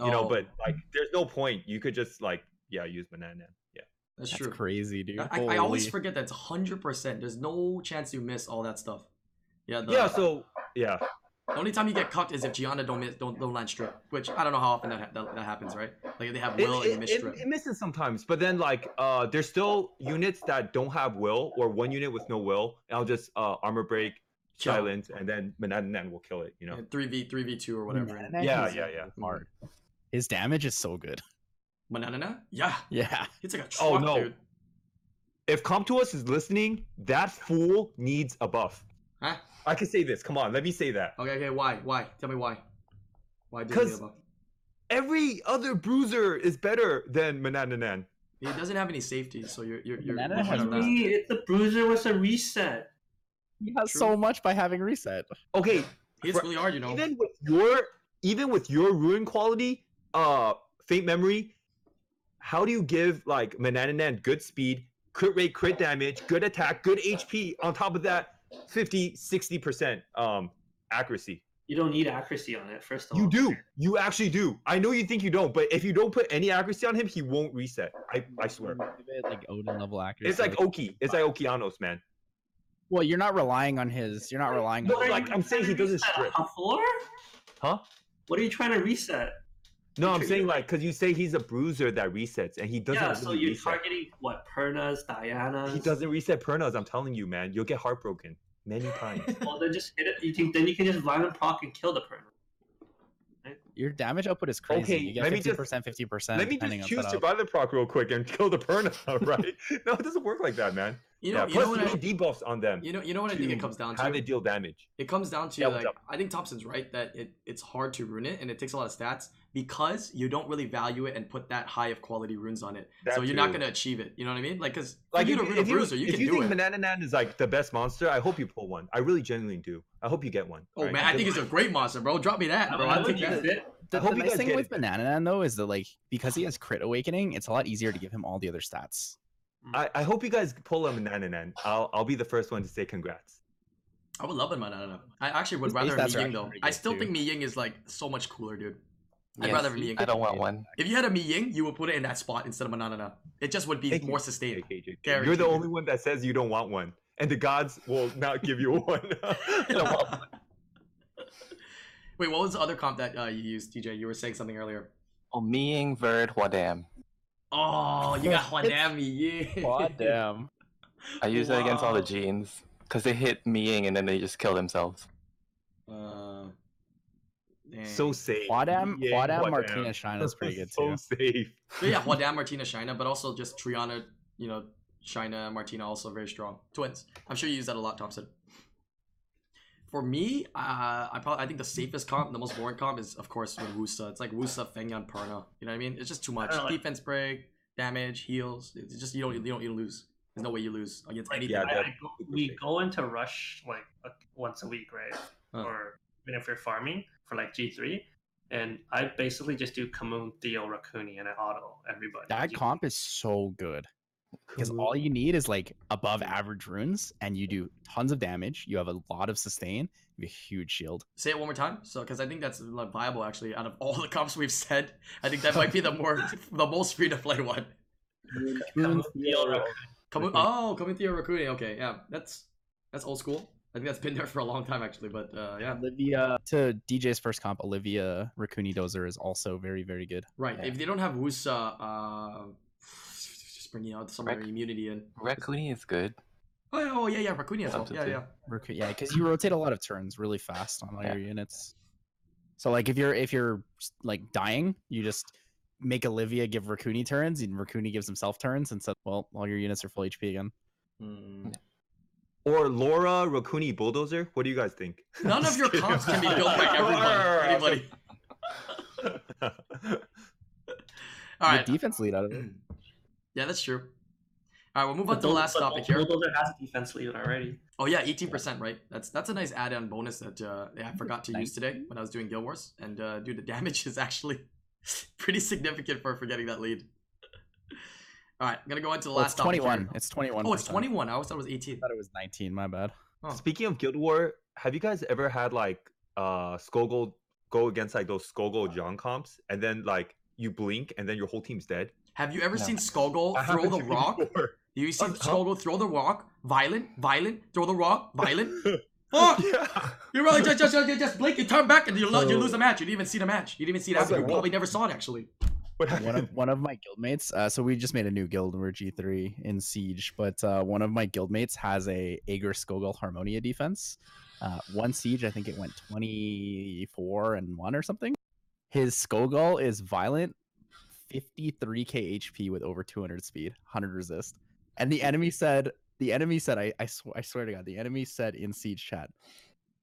D: you know.
A: Oh,
D: But like, there's no point. You could just like, yeah, use Manananan. Yeah.
A: that's,
C: That's
A: true.
C: crazy, dude.
A: I, I always
C: Holy.
A: forget that's hundred percent. There's no chance you miss all that stuff. Yeah. The,
D: Yeah. So yeah,
A: the only time you get cucked is if Gianna don't miss, don't don't land strip, which I don't know how often that ha- that, that happens, right? Like if they have
D: it,
A: will and they
D: it,
A: miss
D: it,
A: strip.
D: it misses sometimes, but then like, uh, there's still units that don't have will, or one unit with no will, and I'll just uh armor break,
A: Kill.
D: silence, and then Manananan will kill it. You know.
A: Three v three v two or whatever. and-
C: Manananan
D: Yeah,
C: is
D: yeah, yeah.
C: Hard. His damage is so good.
A: Mananana? Yeah,
C: Yeah.
A: it's like a truck,
D: Oh, no.
A: dude.
D: If Come to Us is listening, that fool needs a buff.
A: Huh?
D: I can say this. Come on, let me say that.
A: Okay, okay. Why? Why? Tell me why. Why? does he
D: 'Cause-
A: have a-
D: Every other bruiser is better than Manananan.
A: It doesn't have any safety, so you're you're you're.
C: Banana
A: you're
C: has
A: on that.
C: really-
B: Hey, It's the bruiser with a reset.
C: He has
A: True.
C: so much by having reset.
D: Okay,
A: It's really hard, you know.
D: even with your even with your ruin quality, uh faint memory, how do you give like Manananan good speed, crit rate, crit damage, good attack, good HP on top of that 50 60% um accuracy?
B: You don't need accuracy on it, first of all.
D: You do. You actually do. I know you think you don't, but if you don't put any accuracy on him, he won't reset. I, I swear.
C: Like Odin level accuracy.
D: It's like Oki. It's like Okianos, man.
C: well, you're not relying on his. You're not relying
D: No,
C: on. his-
D: like, I'm saying he doesn't strip.
B: A floor?
D: Huh?
B: What are you trying to reset?
D: No, I'm
B: True.
D: saying like because you say he's a bruiser that resets, and he doesn't.
B: yeah, so
D: really
B: you're
D: reset.
B: targeting what? Pernas, Dianas?
D: He doesn't reset pernos. I'm telling you, man. You'll get heartbroken many times.
B: Well, then just hit it. You can then you can just violent proc and kill the Perna.
C: Your damage output is crazy.
D: Okay,
C: you get
D: let me
C: 50%,
D: just-
C: 50%.
D: Let me
C: depending
D: just
C: on
D: choose to
C: setup.
D: buy the proc real quick and kill the perna, right? no, it doesn't work like that, man.
A: You know,
D: yeah,
A: you know
D: plus
A: what
D: no
A: I,
D: debuffs on them.
A: you know, you know what I think it comes down
D: How
A: to.
D: they deal damage.
A: It comes down to
D: Yeah, what's
A: like I think Thompson's right that it, it's hard to ruin it and it takes a lot of stats because you don't really value it and put that high of quality runes on it.
D: That
A: so you're not
D: too.
A: gonna achieve it. You know what I mean? Like, cause
D: Like
A: if you
D: if,
A: to
D: you-
A: rune a
D: if you,
A: bruiser, you
D: if
A: can
D: you
A: do
D: think
A: it.
D: Banana Nan is like the best monster, I hope you pull one. I really genuinely do. I hope you get one.
A: Oh
D: Alright,
A: man, I
D: good
A: think it's a
D: luck.
A: great monster, bro. Drop me that,
B: I,
A: bro.
B: I
A: I'll
B: would
A: take
B: use
A: that.
B: it.
D: I
C: The,
D: hope
C: the
D: you
C: nice
D: guys
C: thing
D: get
C: with
D: it.
C: Banana Nan, though is that like because he has crit awakening, it's a lot easier to give him all the other stats.
D: I, I hope you guys pull a Banana Nan. I'll I'll be the first one to say congrats.
A: I would love it, man. I don't know. I actually would
C: His
A: rather
C: base
A: Mi
C: stats
A: Ying
C: are actually
A: though.
C: pretty
A: I
C: good,
A: still
C: too.
A: think Mi Ying is like so much cooler, dude. I'd
E: Yes,
A: rather be
E: I don't want one.
A: If you had a Mi Ying, you would put it in that spot instead of Manana. It just would be
D: Thank you.
A: more sustained.
D: Okay, JK. You're
A: Guaranteed.
D: the only one that says you don't want one, and the gods will not give you one. I don't want one.
A: Wait, what was the other comp that uh, you used, DJ? You were saying something earlier.
E: Oh, meing Verd Wadam.
A: Oh, you got Huanami, yeah.
F: damn.
E: I use that against all the
A: Wow.
E: genes because they hit meing and then they just kill themselves.
A: Uh, dang.
D: So safe.
C: Quadam,
D: Mm. Yeah,
C: Quadam
D: Quadam.
C: Martina Shine is pretty good too.
D: So safe.
A: So yeah, Juan Martina, Shina, but also just Triana, you know, Shina, Martina, also very strong twins. I'm sure you use that a lot, Thompson. For me, uh, I probably I think the safest comp, the most boring comp is of course with Wusa. It's like Wusa, Fengyan, Parna. You know what I mean? It's just too much
B: don't like-
A: defense break, damage, heals. It's just you don't you don't you don't lose. There's no way you lose against anything.
D: Yeah,
B: I,
D: that-
B: I go, we go into rush like a, once a week, right?
A: Huh.
B: Or even if you're farming for like G three, and I basically just do Kamoon, Theo, Rakuni, and I auto everybody.
C: That
B: G-
C: comp is so good because all you need is like above average runes, and you do tons of damage. You have a lot of sustain, you have a huge shield.
A: Say it one more time, so because I think that's like, viable actually. Out of all the comps we've said, I think that might be the more the most free to play one.
B: Kamoon,
A: Mm-hmm.
B: Theo, Rakuni.
A: Kamu- oh, coming through Rakuni. Okay, yeah, that's that's old school. I think that's been there for a long time actually, but uh, yeah,
C: Olivia to DJ's first comp, Olivia Rakuni Dozer is also very very good.
A: right.
E: Yeah.
A: If they don't have Wusa, uh, just bringing out some other
E: Rec-
A: immunity in.
E: Rekuni is good.
A: Oh yeah, oh yeah, yeah, Rakuni as well. Yeah,
E: Substitute.
A: yeah.
C: Raku- yeah, because you rotate a lot of turns really fast on all
E: Yeah.
C: your units. So like if you're if you're like dying, you just make Olivia give Rakuni turns, and Rakuni gives himself turns, and so well, all your units are full HP again.
D: Or Laura Rakuni Bulldozer. What do you guys think?
A: None of your
D: Just kidding.
A: comps can be built by everyone.
D: Laura,
A: Anybody. All
C: Make
A: right.
C: defense lead out of it.
A: Yeah, that's true. All right, we'll move on
B: But
A: to the
B: Bul-
A: last
B: but
A: topic
B: Bul-
A: here.
B: Bulldozer has a defense lead already.
A: Oh yeah, eighteen percent, right? That's that's a nice add-on bonus that uh, I forgot to
C: Thank
A: use today when I was doing Guild Wars, and uh, dude, the damage is actually pretty significant for for getting that lead. All right, I'm gonna go into the
C: Well,
A: last.
C: it's
A: topic here.
C: 21. It's 21.
A: Oh, it's twenty-one. I always thought it was eighteen.
C: I thought it was 19. My bad.
A: Oh.
D: Speaking of Guild War, have you guys ever had like uh Skogel go against like those Skogel John comps and then like you blink and then your whole team's dead?
A: Have you ever
E: No.
A: seen Skogel
D: That
A: throw
D: happened
A: the
D: to me
A: rock? Have
D: before.
A: you seen
D: Huh?
A: Skogel throw the rock? Violent, violent, throw the rock, violent. Fuck!
D: yeah.
A: You really just just just, just blink, you turn back, and you, lo- you
D: So-
A: lose the match. You didn't even see the match. You didn't even see it
D: I was
A: happen. You
D: like, what?
A: probably never saw it actually.
D: What
C: one
D: happened?
C: of one of my guildmates. Uh, so we just made a new guild and we're G three in siege. But uh, one of my guildmates has a Ager Skogel Harmonia defense. Uh, one siege, I think it went twenty four and one or something. His Skogel is violent, fifty three k HP with over two hundred speed, hundred resist. And the enemy said, the enemy said, I I, sw- I swear to God, the enemy said in siege chat,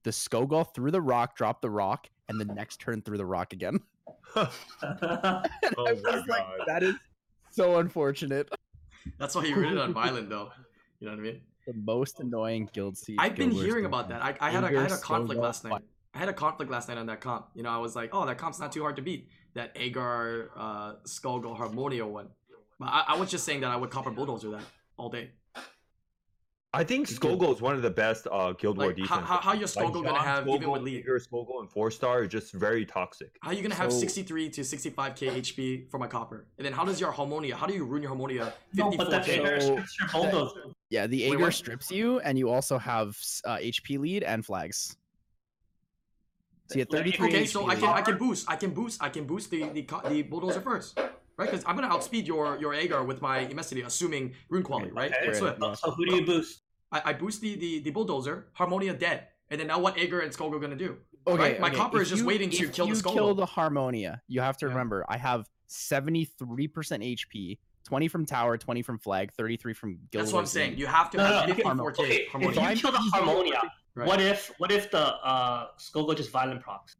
C: the Skogel threw the rock, dropped the rock, and the next turn threw the rock again. And
D: Oh
C: I
D: my
C: was like,
D: God.
C: that is so unfortunate.
A: That's why he rooted on violent though. You know what I mean?
C: The most annoying guild siege.
A: I've been
C: guild wars
A: hearing
C: game
A: about
C: ever.
A: that. I, I had a, I
C: Anger
A: had a conflict
C: Skogel
A: last
C: fi-
A: night. I had a conflict last night on that comp. You know, I was like, oh, that comp's not too hard to beat. That Agar uh, Skullgirl Harmonia one. But I, I was just saying that I would copper bulldozer that all day.
D: I think Skogel is one of the best uh Guild War
A: Like,
D: defenses.
A: how, how, how your Skullgirl gonna
D: John
A: have even
D: Skogel,
A: with league?
D: Igor Skogel and four star are just very toxic.
A: How you gonna have
C: So-
A: 63 to 65k HP for my copper? And then how does your Harmonia? How do you ruin your Harmonia?
B: no, but that
A: 54k.
B: Aegir
C: So-
B: strips your bulldozer.
C: Yeah, the
A: Wait,
C: Agar
A: what?
C: strips you, and you also have s- uh, HP lead and flags. So you have
B: Like,
C: 33
A: Okay,
C: HP
A: so I
C: lead.
A: can I can boost I can boost I can boost the the, co- the bulldozer first, right? Because I'm gonna outspeed your your Agar with my Immensity, assuming rune quality, right?
B: Okay,
A: So-
C: Yeah.
B: So who do you boost?
A: I, I boost the, the the bulldozer, Harmonia dead, and then now what Agar and Skogel gonna do?
C: Okay,
A: right? My copper
C: if
A: is just
C: you-
A: waiting to
C: if
A: kill the
C: you
A: Skull.
C: kill the Harmonia. You have to
A: Yeah.
C: remember, I have 73% HP, 20 from tower, 20 from flag, 33 from guild.
A: That's what I'm
C: Wars
A: saying.
C: lead.
A: You have to
B: No,
A: have
B: no, okay,
A: 54k
B: Okay, if
A: Harmonia.
B: you
C: I'm
B: kill the
C: easy-
B: Harmonia,
A: Right.
B: what if what if the uh Skogo just violent procs?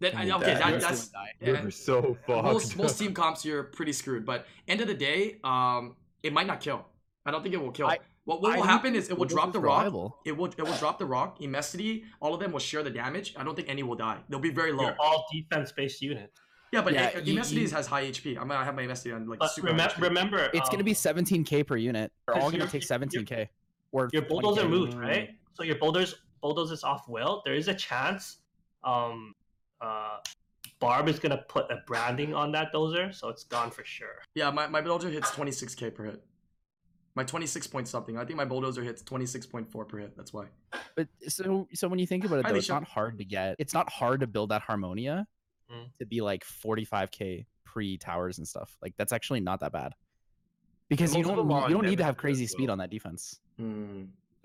A: That,
C: I
A: I-
C: mean,
A: okay,
C: that-
A: that,
D: you're
A: that's yeah.
D: You're so fucked.
A: most most team comps you're pretty screwed. But end of the day, um, it might not kill. I don't think it will kill.
C: I-
A: what what
C: I
A: will
C: think
A: happen is it will
C: Google's
A: drop
C: is
A: the rock.
C: reliable.
A: It will it will drop the rock. Immensity. All of them will share the damage. I don't think any will die. They'll be very low.
B: You're all defense based unit.
A: yeah, but
C: Yeah,
A: yeah,
C: you- you-
A: has high HP. I'm gonna have my immensity on like
B: e, But
A: super. high
B: remember,
A: HP.
B: remember
C: It's gonna
B: um,
C: be 17k per unit. They're all
B: 'cause
C: gonna
B: your-
C: take
B: your-
C: 17k. Or
B: your bulldozer
C: 20K.
B: moved,
C: Mm.
B: right? So your bulldozers bulldozers off will. There is a chance. Um, uh, Barb is gonna put a branding on that dozer, so it's gone for sure.
A: Yeah, my, my bulldozer hits 26k per hit. My 26 point something. I think my bulldozer hits 26.4 per hit. That's why.
C: But so so when you think about it,
A: Hi,
C: though, it's
A: Alicia.
C: not hard to get. It's not hard to build that harmonia
B: Mm.
C: to be like 45k pre towers and stuff. Like that's actually not that bad. Because you
D: most of
C: don't
D: them are
C: need- you don't need to
D: damage
C: have
D: as
C: crazy speed
D: well.
C: on that defense.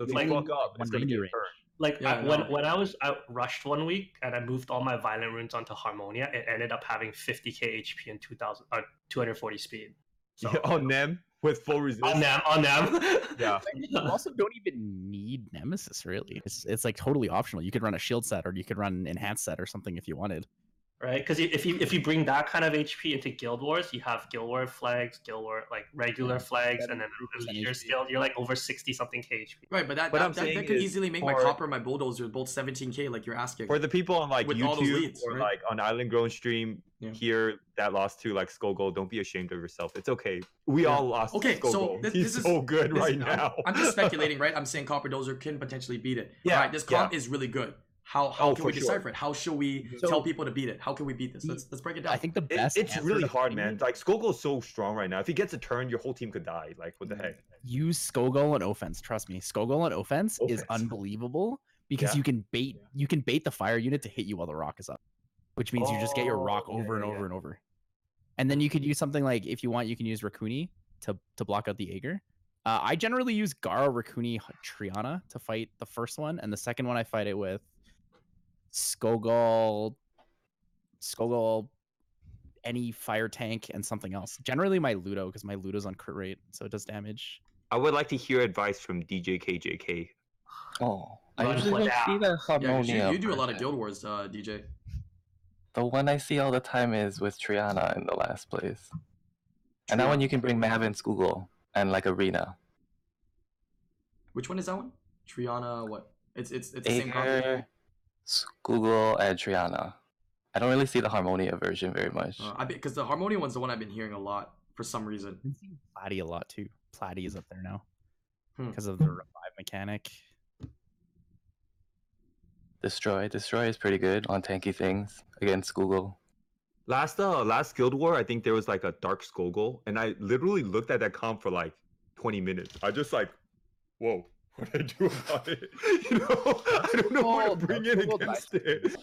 D: If you
B: like,
D: fuck up, it's gonna
C: 190
D: get
C: range.
D: hurt.
B: Like
A: Yeah,
B: I,
A: I
B: when
A: know.
B: when I was I rushed one week and I moved all my violent runes onto Harmonia, it ended up having 50k HP and 2000 or 240 speed. So
D: Yeah, on them with full resistance.
B: on them, on them.
D: Yeah.
C: You also don't even need Nemesis really. It's it's like totally optional. You could run a shield set or you could run an enhanced set or something if you wanted.
B: right? Because if you if you bring that kind of HP into Guild Wars, you have Guild War flags, Guild War like regular flags, and then
C: 70%
B: your
C: HP.
B: skill, you're like over sixty something k HP.
A: Right, but that
D: What I'm
A: that, that,
D: saying
A: that could
D: is
A: easily make my
D: for-
A: copper and my bulldozer both 17k like you're asking.
D: For the people on like
A: With all those
D: YouTube
A: leads,
D: or
A: right?
D: like on Island Grown Stream
A: Yeah.
D: here that lost to like Skogol, don't be ashamed of yourself. It's okay. We all lost.
A: Okay, so
D: to Skogol.
A: this-
D: he's
A: this is-
D: so good
A: this-
D: right
A: I'm-
D: now.
A: I'm just speculating, right? I'm saying copper dozer can potentially beat it.
D: Yeah,
A: All right, this comp is really good. How how
D: Oh,
A: can we
D: for sure. Mhm.
A: decipher it? How should we
C: So-
A: tell people to beat it? How can we beat this? Let's let's break it down.
C: I think the
D: It-
C: best
D: it's
C: answer
D: really
C: to
D: hard,
C: finding
D: man. Like Skogol's so strong right now. If he gets a turn, your whole team could die. Like what the
A: Mm-hmm.
D: heck?
C: use Skogol on offense. Trust me, Skogol on offense, is
D: Offense.
C: unbelievable because
D: Yeah.
C: you can bait you can bait the fire unit to hit you while the rock is up, which means you just get your rock
D: Oh, yeah,
C: over and
D: yeah,
C: over
D: yeah.
C: and over. And then you could use something like if you want, you can use Rakuni to to block out the Aegir. Uh, I generally use Gara Rakuni H- Triana to fight the first one, and the second one I fight it with Skogol, Skogol, any fire tank and something else. Generally my Ludo because my Ludo's on crit rate, so it does damage.
D: I would like to hear advice from DJ KJK.
E: Oh, I
B: Run
E: usually
B: for
E: don't
B: that.
E: see the
A: yeah, 'cause
E: harmonia.
A: you, you do a lot of
E: person.
A: guild wars, uh, DJ.
E: The one I see all the time is with Triana in the last place. And that one you can bring Mav and Skugel and like Arena.
A: Which one is that one? Triana, what? It's it's it's the same comp.
E: Aether, Skugel, and Triana. I don't really see the Harmonia version very much.
A: Uh, I because the harmonia one's the one I've been hearing a lot for some reason.
C: I've been seeing Platy a lot too. Platy is up there now
A: Hmm.
C: because of the revive mechanic.
E: Destroy. Destroy is pretty good on tanky things against Google.
D: Last uh last Guild War, I think there was like a dark Skogol, and I literally looked at that comp for like 20 minutes. I just like, whoa, what did I do about it? You know, I don't know where to
C: Oh, Dark
D: bring in
C: Skogol
D: against it.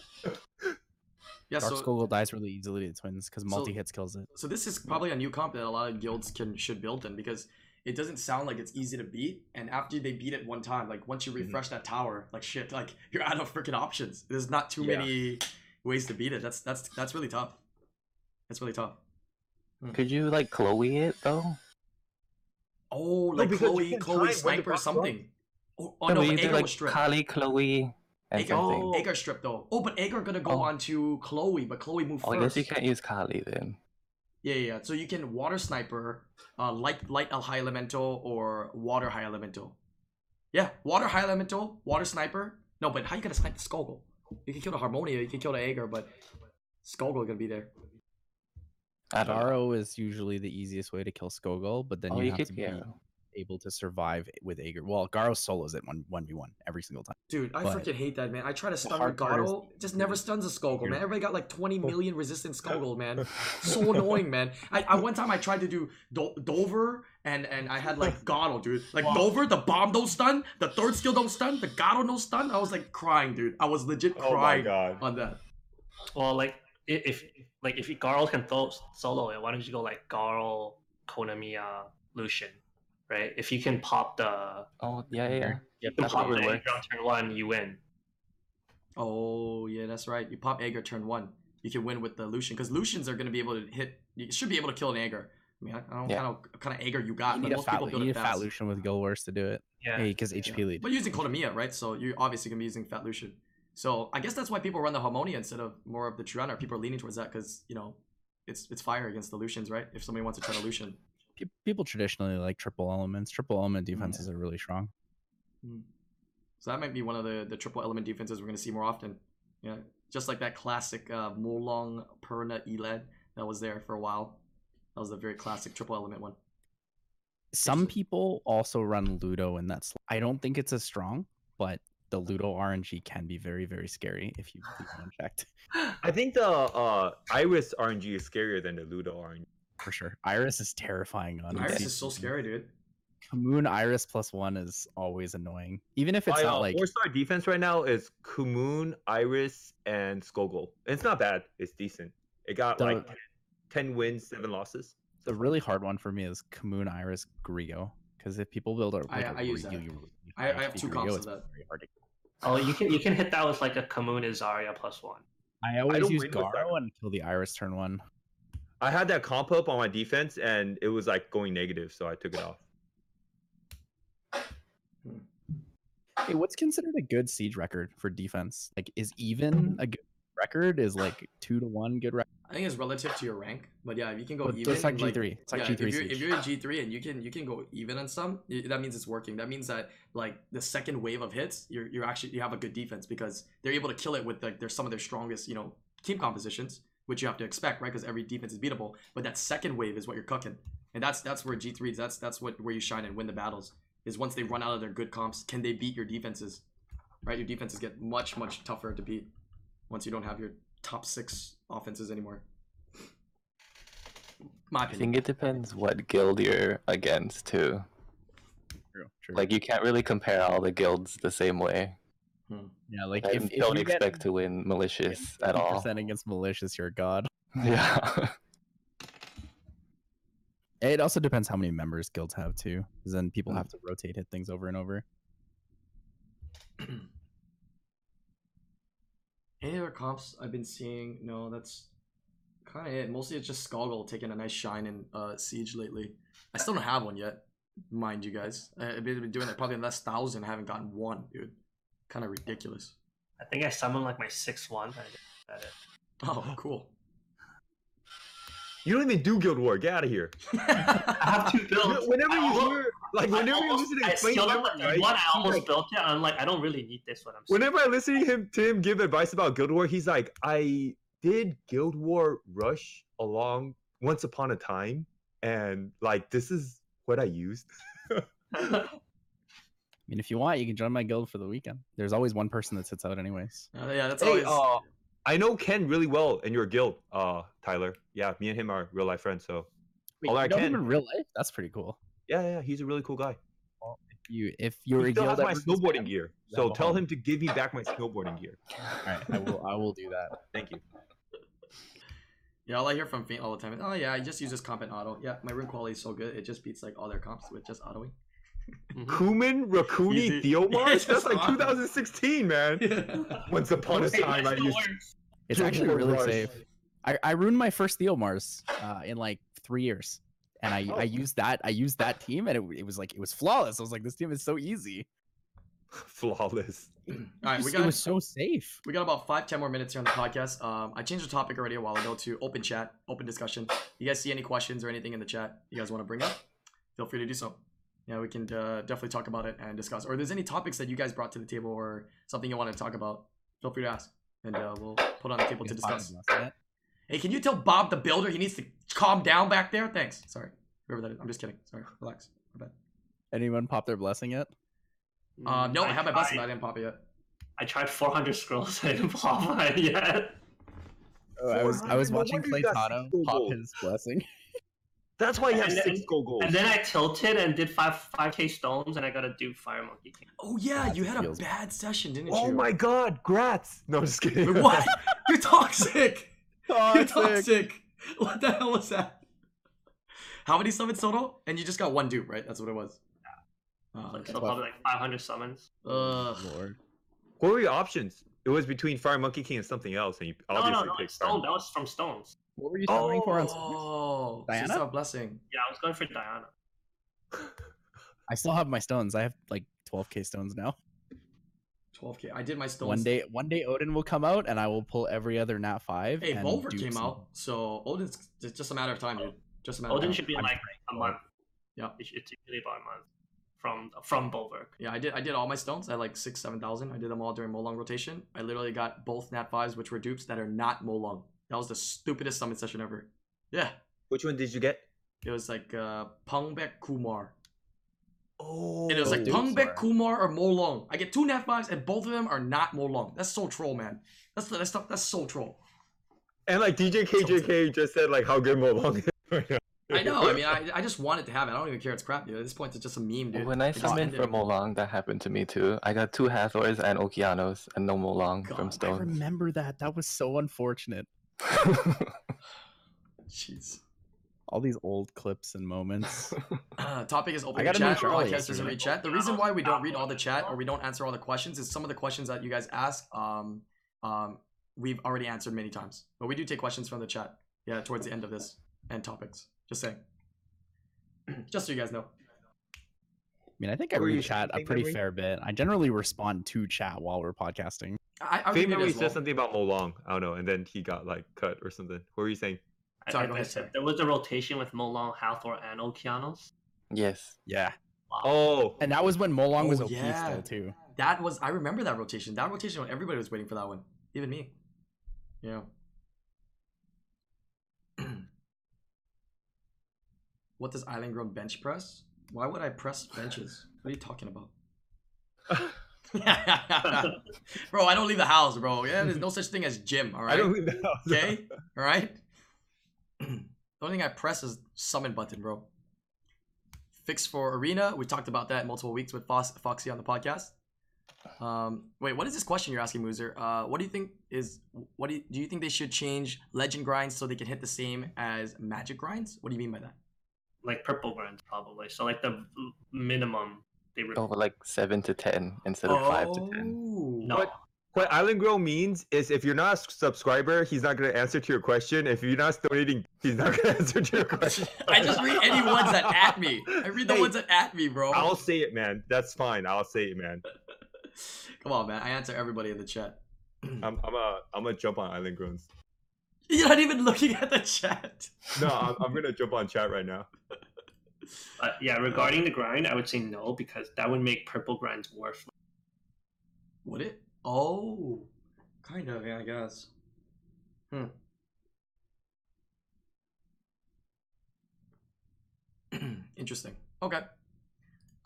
A: Yeah,
C: Dark
A: so
C: Skogel dies really easily to twins because multi hits kills it.
A: so this
E: Mm.
A: is probably a new comp that a lot of guilds can should build in because it doesn't sound like it's easy to beat and after they beat it one time like once you
E: Mm-hmm.
D: Mhm.
A: refresh that tower like shit like you're out of freaking options there's not too
D: Yeah.
A: many ways to beat it that's that's that's really tough that's really tough
E: Could you like Chloe it though?
A: oh like
D: because you
A: chloe
D: can time
A: chloe
D: when the
A: sniper
D: boss
A: something oh, oh
E: Yeah,
A: no
E: but you
A: but
E: do
A: Agar
E: like
A: was stripped
E: Kali, Chloe, and
A: Agar,
E: something.
A: oh, Agar stripped though oh but Agar gonna go
E: Oh.
A: on to chloe but chloe moved
E: Oh, I guess
A: first
E: you can't use Kali then.
A: Yeah, yeah. yeah. So you can water sniper, uh, light light a high elemental or water high elemental. Yeah, water high elemental, water sniper. No, but how you gonna snipe the Skogel? You can kill the Harmonia, you can kill the Agar, but Skogel gonna be there.
E: I don't know.
C: Garo is usually the easiest way to kill Skogel, but then
E: Oh,
C: you,
E: you
C: have
E: could
C: to
E: yeah.
C: be able to survive with Aegir. Well, Garo solos it one one v one every single time.
A: Dude, I
C: But-
A: freaking hate that man. I try to stun
C: hard part is-
A: Regado, just never stuns a Skogel, man.
C: Yeah.
A: Everybody got like 20 million resistant Skogel, man. So annoying, man. I, I one time I tried to do Do- Dover and and I had like Gottle, dude. Like
B: Wow.
A: Dover, the bomb don't stun, the third skill don't stun, the Gottle no stun. I was like crying, dude. I was legit
D: Oh my
A: crying
D: god.
A: on that.
B: Well, like i- if like if Garl can throw solo it, why don't you go like Garl, Konamiya, Lucian, right? If you can pop the
E: Oh yeah, yeah, yeah.
B: you can
E: that
B: pop the
E: probably
B: Aegir
E: works.
B: on turn one, you win.
A: Oh yeah, that's right. You pop Agar turn one. You can win with the Lucian because Lucians are gonna be able to hit. You should be able to kill an Agar. I mean, I I don't
E: Yeah.
A: know what kind of Agar you got,
C: you
A: but
C: need a
A: most
C: fat,
A: people
C: you
A: build
C: need a
A: it
C: fat
A: fast.
C: Lucian with Guild Wars to do it.
B: Yeah.
C: Yeah, because HP lead.
A: But using Kotomiya, right? So you're obviously gonna be using Fat Lucian. So I guess that's why people run the Harmonia instead of more of the Triana. People are leaning towards that because you know it's it's fire against the Lucians, right? If somebody wants to try a Lucian.
C: Pe- People traditionally like triple elements. Triple element
A: Mm-hmm.
C: defenses are really strong.
A: Hmm. So that might be one of the, the triple element defenses we're going to see more often. Yeah, just like that classic uh, Molong Perna Eled that was there for a while. That was a very classic triple element one.
C: Some
A: Excellent.
C: people also run Ludo in that slot. I don't think it's as strong, but the Ludo RNG can be very, very scary if you leave it unchecked
D: I think the uh, Iris RNG is scarier than the Ludo RNG.
C: for sure. Iris is terrifying on
A: Iris
C: NC.
A: is so scary, dude.
C: Moon Iris plus one is always annoying, even if it's
D: My,
C: not
D: uh,
C: like
D: four star defense right now is Kumun, Iris, and Skogul. It's not bad. It's decent. It got
C: The-
D: like ten wins, seven losses.
C: the really hard one for me is Kamoon Iris Grigo. Because if people build a, like
A: I-
C: a
A: I use that.
C: really
A: I- I
C: high
A: have
C: HP
A: two comps
C: it's
A: of that.
C: very hard to-
B: Oh, you can you can hit that with like a Kamun Zarya plus one.
C: I always
D: don't
C: use
D: win with that.
C: Garo until the Iris turn one.
D: I had that comp up on my defense, and it was like going negative, so I took it off.
C: Hey, what's considered a good siege record for defense? Like, is even a good record? Is like two to one good record?
A: I think it's relative to your rank, but yeah, if you can go
C: But
A: even.
C: it's like G3. It's like
A: yeah,
C: G3
A: If you're, if
C: siege.
A: you're in G three and you can you can go even on some, y- that means it's working. That means that like the second wave of hits, you're you're actually you have a good defense because they're able to kill it with like they're some of their strongest you know team compositions, which you have to expect, right? Because every defense is beatable. But that second wave is what you're cooking, and that's that's where G three that's that's what where you shine and win the battles is once they run out of their good comps, can they beat your defenses? Right, your defenses get much much tougher to beat once you don't have your top six offenses anymore. My
E: I
A: opinion.
E: think it depends what guild you're against too.
C: True, true.
E: Like you can't really compare all the guilds the same way.
C: yeah, like
E: I
C: if, if
E: don't
C: you get
E: expect to win malicious at all.
C: 50% against malicious, you're god.
E: Yeah.
C: It also depends how many members guilds have too, because then people have to rotate hit things over and over.
A: Any other comps I've been seeing? No, that's kind of it. Mostly it's just Skoggle taking a nice shine in uh, Siege lately. I still don't have one yet, mind you guys. I- I've been been doing that probably in the last thousand. I haven't gotten one, dude. Kind of ridiculous.
B: I think I summoned like my six one. but I didn't get it.
A: Oh, cool.
D: You don't even do Guild War. Get out of here.
B: I have two builds.
D: You- Whenever
B: I
D: you
B: almost-
D: hear, like,
B: I
D: whenever you
B: almost-
D: listen to
B: I
D: explain
B: skilled up
D: Guild
B: with
D: War,
B: the one. I
D: he's
B: almost
D: like-
B: built it. I'm like, I don't really need this one. I'm sick.
D: Whenever I listen to him, to him give advice about Guild War, he's like, I did Guild War Rush along once upon a time, and like this is what I used.
C: I mean, if you want, you can join my guild for the weekend. There's always one person that sits out, anyways.
A: Uh, yeah, that's
D: Hey,
A: always.
D: uh, I know Ken really well in your guild, uh, Tyler. Yeah, me and him are real life friends. So
C: Wait,
D: All
C: you
D: I
C: know him
D: can-
C: in real life. That's pretty cool.
D: yeah, yeah, he's a really cool guy.
C: You, if
D: You
C: you're a
D: still
C: guild,
D: have my
C: ever gets
D: snowboarding
C: banned-
D: gear.
C: Yeah,
D: So
C: I'll
D: tell
C: have
D: him to give me back my snowboarding gear.
C: All right, I will. I will do that.
D: Thank you.
A: Yeah, all I hear from Faint all the time is, oh yeah, I just use this comp in auto. Yeah, my rim quality is so good, it just beats like all their comps with just autoing.
D: Kumin, Rakuni,
A: Easy.
D: Theomars?
A: It's
D: That's
A: just
D: like
A: awesome.
D: 2016, man. Once upon a
B: Wait,
D: time, I
B: that's the
D: used.
B: worst.
C: It's
D: Guild
C: actually
D: War
C: really
D: Rush.
C: safe. I, I ruined my first Theomars uh, in like three years, and I,
D: Oh.
C: I used that I used that team, and it, it was like it was flawless. I was like, this team is so easy.
D: Flawless.
A: all right,
C: Just-
A: we got
C: it was so safe.
A: We got about five, ten more minutes here on the podcast. Um, I changed the topic already a while ago to open chat, open discussion. You guys see any questions or anything in the chat you guys want to bring up? Feel free to do so. Yeah, we can uh, definitely talk about it and discuss. Or if there's any topics that you guys brought to the table or something you want to talk about, feel free to ask, and uh, we'll put on the table to discuss. Hey, can you tell Bob the Builder he needs to calm down back there? Thanks. Sorry, whoever that is. I'm just kidding. Sorry, relax. My bad.
C: Anyone pop their blessing yet?
A: Uh, no, I have my best,
B: tried-
A: but I didn't pop it yet.
B: I tried 400 scrolls. I didn't pop mine yet.
C: Oh, I was I
D: 400?
C: was
D: No
C: watching
D: wonder you
C: Clay
D: got
C: Tano
D: six
C: pop
D: gold.
C: his blessing.
D: That's why you have
B: And then-
D: six goal goals.
B: And then I tilted and did five 5k stones, and I got a dupe fire monkey. king.
A: Oh yeah,
C: That
A: you had a
C: feels-
A: bad session, didn't
D: oh
A: you?
D: my god, grats. No, I'm just kidding.
A: Wait, what? Oh, You're toxic. You're toxic. What the hell was that? How many summons total? And you just got one dupe, right? That's what it was. Oh,
B: Like,
A: okay.
B: so probably like 500 summons.
A: Ugh.
C: Lord.
D: What were your options? It was between Fire Monkey King and something else, and you
B: No, no, no.
D: obviously
B: Like
D: picked Fire
B: stone. That
D: Monkey.
B: was from stones.
C: What were you throwing for on Summers?
A: Oh,
C: Diana?
A: sister of blessing.
B: Yeah, I was going for Diana.
C: I still have my stones. I have like 12k stones now.
A: 12k. I did my stones.
G: One day, one day, Odin will come out, and I will pull every other Nat five.
A: Hey,
G: and
A: Volver
G: dupe
A: came
G: some-
A: out, so Odin's it's just a matter of time, dude. Just a matter
B: Odin
A: of time.
B: should be like a month.
A: Yeah.
B: It- It's usually about a month from from Bulwark.
A: Yeah, I did. I did all my stones. I had like six, seven thousand. I did them all during Molong rotation. I literally got both Nat fives, which were dupes that are not Molong. That was the stupidest summon session ever. Yeah,
D: Which one did you get?
A: it was like uh, Pangbek Kumar.
D: Oh,
A: And it was like
G: dude,
A: Pangbek
G: sorry.
A: Kumar or Molong. I get two Nat fives, and both of them are not Molong. That's so troll, man. That's that's that's so troll.
D: and like DJ KJK just said like how good Molong is. right now.
A: I know. I mean, I, I just wanted to have it. I don't even care. It's crap, dude. At this point, it's just a meme, dude.
E: When I
A: It just
E: summoned
A: ended.
E: for Molong, that happened to me too. I got two Hathors and Okeanos and no Molong from
A: God,
G: I
E: Stone.
G: remember that. That was so unfortunate.
A: Jeez.
G: All these old clips and moments.
A: Uh, topic is open
G: I got a new
A: chat. All I
G: Charlie
A: catch is
G: yesterday.
A: read chat. The reason why we don't read all the chat or we don't answer all the questions is some of the questions that you guys ask. Um, um, we've already answered many times, but we do take questions from the chat. Yeah, towards the end of this and topics. Just saying. Just so you guys know.
G: I mean, I think I
D: Were you
G: read chat a
D: saying,
G: pretty
D: Emery?
G: fair bit. I generally respond to chat while we're podcasting.
A: I, I would
D: Fate
A: read it
D: Memory
A: as well.
D: said something about Molong. I don't know, and then he got like cut or something. What were you saying?
B: I-
A: Sorry,
B: I-
A: go
B: I
A: ahead,
B: said
A: sorry.
B: There was a rotation with Molong, Hathor, and Okeanos.
E: yes.
G: Yeah,
B: Wow.
D: Oh,
G: and that was when Molong was
A: Oh,
G: OP
A: yeah.
G: still too.
A: That was I remember that rotation. That rotation when everybody was waiting for that one, even me. Yeah. what does Island Grown bench press? Why would I press benches? What are you talking about? bro, I don't leave the house, bro. Yeah, there's no such thing as gym. All right.
D: I don't think that. was-
A: Okay. All right. the only thing I press is summon button, bro. Fix for arena. We talked about that multiple weeks with Fox, Foxy on the podcast. Um, wait, what is this question you're asking, Moozer? Uh, what do you think is what do you, do you think they should change legend grinds so they can hit the same as magic grinds? What do you mean by that?
B: Like purple burns probably. So like the m- minimum they were.
E: Oh, but like seven to ten instead of five to ten.
A: Oh.
B: no.
D: What? What Island Grow means is if you're not a subscriber, he's not gonna answer to your question. If you're not donating, he's not gonna answer to your question.
A: I just read any ones that at me. I read the
D: Hey,
A: ones that at me, bro.
D: I'll say it, man. That's fine. I'll say it, man.
A: Come on, man. I answer everybody in the chat.
D: I'm I'm a I'm gonna jump on Island Groans.
A: You're not even looking at the chat.
D: No, I'm, I'm gonna jump on chat right now.
B: But yeah, regarding the grind, I would say no because that would make purple grinds worthless.
A: Would it? Oh, kind of. Yeah, I guess. Hmm. Interesting. Okay.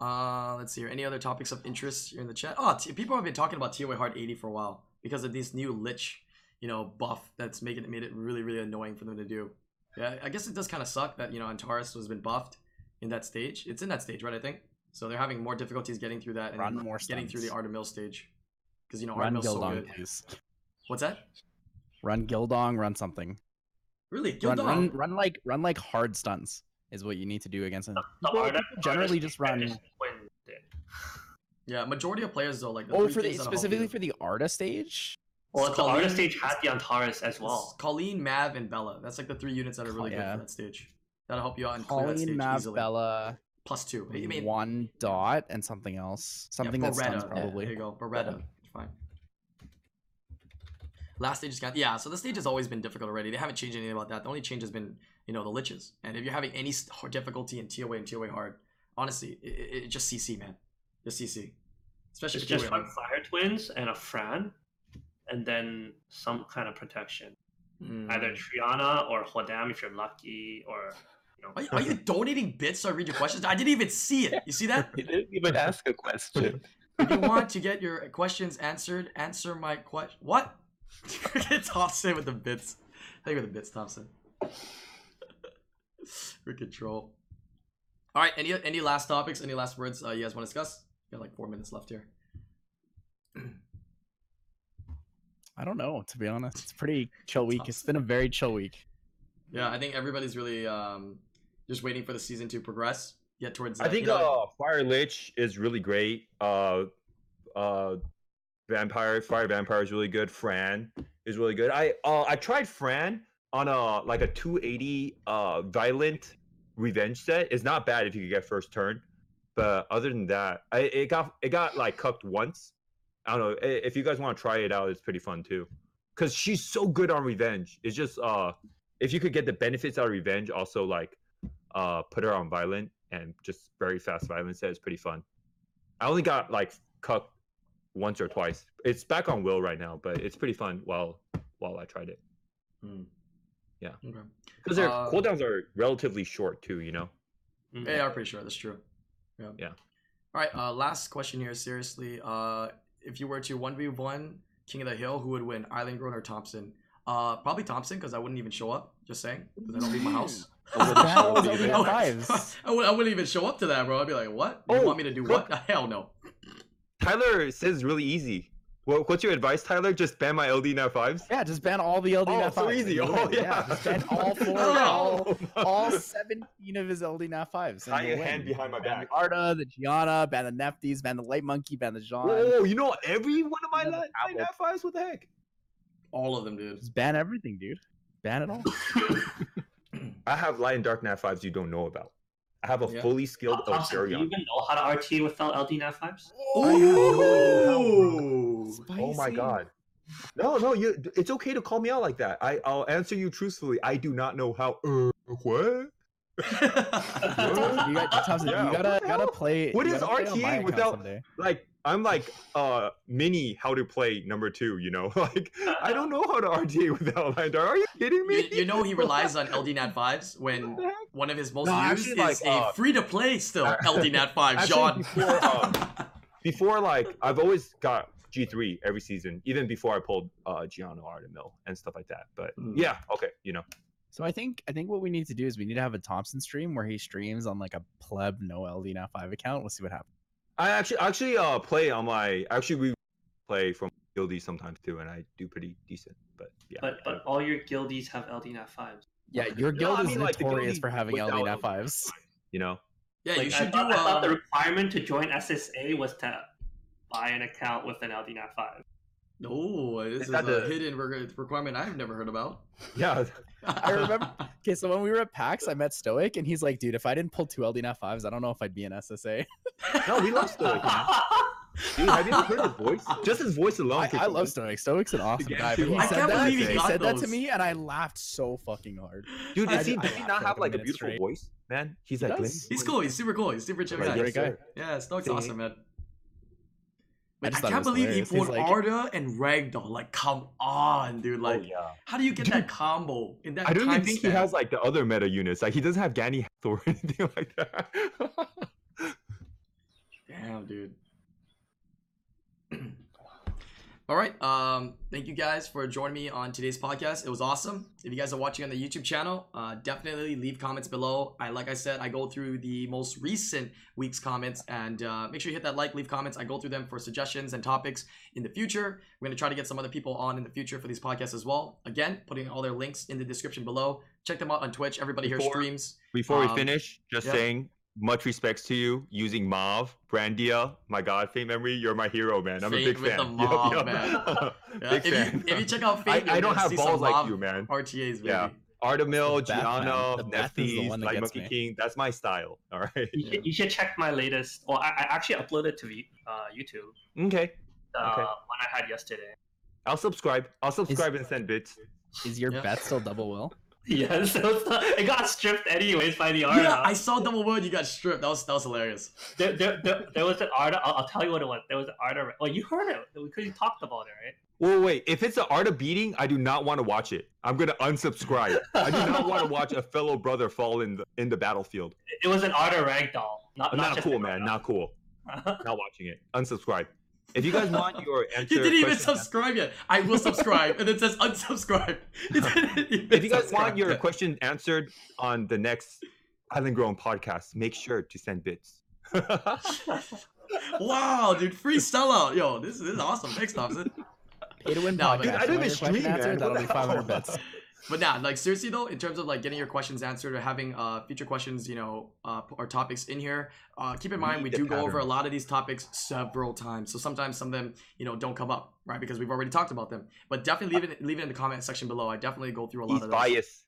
A: Uh, let's see here. Any other topics of interest here in the chat? Oh, t- people have been talking about TOA Hard 80 for a while because of this new Lich, you know, buff that's making it made it really, really annoying for them to do. Yeah, I guess it does kind of suck that, you know, Antares has been buffed in that stage. It's in that stage, right? I think. So they're having more difficulties getting through that and
G: Run more
A: getting through the
G: stunts.
A: Artemil stage. Because, you Oh, know,
G: Run
A: Artemil's so
G: Gildong,
A: good.
G: please.
A: What's that?
G: Run Gildong. Run something.
A: Really?
G: Run,
A: Gildong?
G: run, run like run like hard stunts is what you need to do against him.
A: Oh,
B: The- the
G: Well,
B: hardest-
G: people generally
B: hardest
G: just run-
B: thing that is when they-
A: Yeah, majority of players, though, like.
G: Oh,
A: three
G: for the
A: things that'll help
G: specifically
A: you-
G: for the Arda stage.
B: Well, the
A: Colleen-
B: hardest stage had the Antares as well.
A: It's Colleen, Mav, and Bella. That's like the three units that are really good
G: Yeah.
A: for that stage. That'll help you out and clear that
G: Colleen
A: stage
G: Mav
A: easily.
G: Bella,
A: Plus two. I mean,
G: one dot and something else, something
A: yeah,
G: that stuns
A: Beretta.
G: probably.
A: There you go, Beretta. Fine. Last stage is got yeah. So the stage has always been difficult already. They haven't changed anything about that. The only change has been you know the liches. And if you're having any st- hard difficulty in TOA and TOA hard, honestly, it, it, it just CC man, just CC. Especially
B: It's
A: for
B: just
A: TOA
B: one
A: hard.
B: fire twins and a Fran, and then some kind of protection,
A: Mm.
B: either Triana or Huadam if you're lucky, or you know.
A: Are, are you donating bits so I read your questions? I didn't even see it. You see
C: Oh.
A: that?
E: He didn't even ask a question.
A: If you want to get your questions answered, answer my question. What? Thompson with the bits. Thank you for the bits, Thompson. We're control. All right. Any any last topics? Any last words uh, you guys want to discuss? You got like four minutes left here.
G: I don't know, to be honest. It's a pretty chill week. It's been a very chill week.
A: Yeah, I think everybody's really um just waiting for the season to progress. Get towards. Uh,
D: I think
A: you know-
D: uh, Fire Lich is really great. Uh, uh, Vampire Fire Vampire is really good. Fran is really good. I uh, I tried Fran on a like a 280 uh violent revenge set. It's not bad if you could get first turn, but other than that, I it got it got like cucked once, I don't know. i- If you guys want to try it out, it's pretty fun too. Cause she's so good on revenge. It's just uh if you could get the benefits out of revenge, also like uh put her on violent and just very fast violence that is pretty fun. I only got like cucked once or twice. It's back on Will right now, but it's pretty fun while while I tried it. Hmm.
A: Okay.
D: Because their
A: Uh,
D: cooldowns are relatively short too, you know.
B: Mm.
A: Yeah, yeah, I'm pretty sure that's true. Yeah.
D: Yeah.
A: All right. Uh, last question here. Seriously, uh, if you were to one v one King of the Hill, who would win, Island Grown or Thompson? Uh, probably Thompson because I wouldn't even show up. Just saying, because I don't leave my house.
G: That was
D: even.
G: over
A: I,
G: our
A: would,
G: lives.
A: not even show up to that, bro. I'd be like, "What? You
D: Oh,
A: want me to do
D: cook-
A: what? Hell no."
D: Tyler says really easy. Well, what's your advice, Tyler? Just ban my LD now fives.
G: Yeah, just ban all the LD
D: Oh,
G: Nav
D: so
G: 5s.
D: easy. Oh, yeah.
G: Just ban all four,
A: Oh, yeah.
G: all, all 17 of his LD Nav 5s. and
D: Tie
G: you'll
D: your
G: win.
D: hand behind my
G: Ban
D: back.
G: the Arda, the Gianna, ban the Nefties, ban the Light Monkey, ban the John.
D: Whoa, you know every one of my
G: Another
D: li- nine
G: apple.
D: nat fives? What the heck?
A: All of them, dude.
G: Just ban everything, dude. Ban it all.
D: I have light and dark nat fives you don't know about. I have a
A: Yeah. Oh,
D: fully skilled
B: Thompson, do you
D: Osirion.
B: even know how to RT without LD Nav 5s?
A: Ooh.
D: Oh my god. No, no, you. It's okay to call me out like that. I, I'll answer you truthfully. I do not know how. Uh, what?
G: You, got, Thompson,
D: Yeah,
G: you
D: what
G: gotta gotta
D: the hell?
G: play.
D: What
G: you
D: is
G: gotta play on
D: RTA
G: my account
D: without-
G: someday.
D: Like I'm like uh mini how to play number two. You know, like I don't know how to RTA without light and dark. Are you kidding me?
A: you, you know he relies on LD Nat fives when
D: What the heck?
A: one of his most
D: No,
A: used
D: actually,
A: is
D: like,
A: a
D: uh,
A: free to play still
D: uh,
A: LD Nat five.
D: actually,
A: John.
D: before, um, before like I've always got G three every season, even before I pulled uh Giano Art and Mill and stuff like that. But
A: Mm.
D: yeah, okay, you know.
G: So I think I think what we need to do is we need to have a Thompson stream where he streams on like a pleb no LD now five account. We'll see what happens.
D: I actually actually uh play on my actually we play from guildy sometimes too and I do pretty decent. But yeah.
B: But but all your guildies have LD Nav 5s.
G: Yeah, your
D: No,
G: guild
D: I
G: is
D: mean, like, the
G: notorious
D: guildy
G: for having LD
D: without
G: now
D: LD.
G: fives.
D: you know?
A: yeah, you
B: Like, I,
A: should do.
B: thought, I thought the
A: Uh,
B: requirement to join SSA was to buy an account with an LD Nav 5.
A: no, this
D: Is
A: is
D: that
A: a
D: the-
A: hidden re- requirement I've never heard about.
D: Yeah.
A: I
G: remember- Okay, so when we were at PAX, I met Stoic, and he's like, "Dude, if I didn't pull two LD now fives, I don't know if I'd be in SSA."
D: No, we love Stoic, man. Dude, have you ever heard his voice? Just his voice alone.
G: I,
D: can
G: I love Stoic. Stoic's an awesome
D: get
G: guy,
D: to
G: but he
D: us. I
G: said
D: can't
G: that
D: believe he
G: he
A: got
G: said that to
A: those.
G: me, and I laughed so fucking hard.
D: Dude,
A: I-
D: is he,
G: I
D: does he
G: laughed
D: not
G: for
D: have
G: a
D: like a
G: minute
D: beautiful
G: straight.
D: voice, man? He's
G: He
D: like
G: does.
A: He's cool. He's super cool. He's super chill
D: Like,
A: guy.
G: Great
D: yes,
G: guy.
D: sir.
A: Yeah, Stoke's
D: See?
A: awesome, man.
G: I
A: But I,
G: just thought it
A: can't
G: was
A: believe
G: hilarious.
A: he
G: He's
A: pulled
G: like-
A: Arda and Ragdoll. Like, come on, dude.
D: Oh,
A: Like,
D: yeah.
A: how do you get that combo in that
D: I don't even
A: time
D: think
A: span?
D: he has like the other meta units. Like he doesn't have Ganny or anything like that.
A: Damn, dude. All right. Um, thank you guys for joining me on today's podcast. It was awesome. If you guys are watching on the YouTube channel, uh, definitely leave comments below. I like I said, I go through the most recent week's comments and uh, make sure you hit that like, leave comments. I go through them for suggestions and topics in the future. We're gonna try to get some other people on in the future for these podcasts as well. Again, putting all their links in the description below. Check them out on Twitch. Everybody here
D: Before-
A: streams.
D: Before
A: Um,
D: we finish, just
A: yeah.
D: saying much respects to you using Mav, Brandia, my god, Fate Memory, you're my hero, man. I'm
A: Fate
D: a big
A: with
D: fan.
A: the
D: Yup,
A: Mav,
D: yup.
A: man. Yeah,
D: big
A: if,
D: fan.
A: You, if you check out Fate,
D: I, I don't have balls like you,
A: man.
D: man.
A: RTAs, baby.
D: Yeah.
G: The
D: Artemil,
G: Batman.
D: Giano,
G: The Batman's the
D: Nefties,
G: one that
D: Light
G: gets
D: Monkey
G: me.
D: King. That's my style. All right.
B: You, should, you should check my latest. Well, I, I actually uploaded to the, uh, YouTube
D: Okay.
B: the
D: Okay.
B: one I had yesterday.
D: I'll subscribe. I'll subscribe and send bits.
G: Is your
A: Yeah.
G: bet still double will?
B: Yeah, so it's not- it got stripped anyways by the Arda.
A: Yeah, I saw Double Word. You got stripped. That was that was hilarious.
B: there, there, there, there was an Arda. I'll, I'll tell you what it was. There was an Arda. Well, you heard it because you talked about it, right?
D: Whoa, wait. If it's an art of beating, I do not want to watch it. I'm gonna unsubscribe. I do not want to watch a fellow brother fall in the in the battlefield.
B: It was an Arda ragdoll. Not,
D: Not,
B: not just
D: cool,
B: an
D: man.
B: Arda.
D: Not cool. Not watching it. Unsubscribe. If you guys want your answer,
A: He didn't even
D: question-
A: subscribe yet. I will subscribe, and it says unsubscribe. He didn't even
D: If you guys want
A: subscribe
D: your
A: yet.
D: question answered on the next Island Grown podcast, make sure to send bits.
A: wow, dude, free sellout. Yo, this, this is awesome. Thanks, Thompson.
G: Pay to win
A: No,
G: podcast.
A: but-
G: You
A: Dude, I
D: don't
G: want
D: even
G: your question
D: stream,
G: answered?
D: man.
G: That'll
D: What
G: be
D: the hell?
G: 500 bets.
A: But nah, like seriously though, in terms of like getting your questions answered or having uh future questions, you know, uh, or topics in here, uh, keep in mind
D: Read
A: we
D: the
A: do go over a
D: patterns.
A: lot of these topics several times. So sometimes some of them, you know, don't come up, right? Because we've already talked about them. But definitely leave it leave it in the comment section below. I definitely go through a lot
D: He's
A: of those.
D: biased.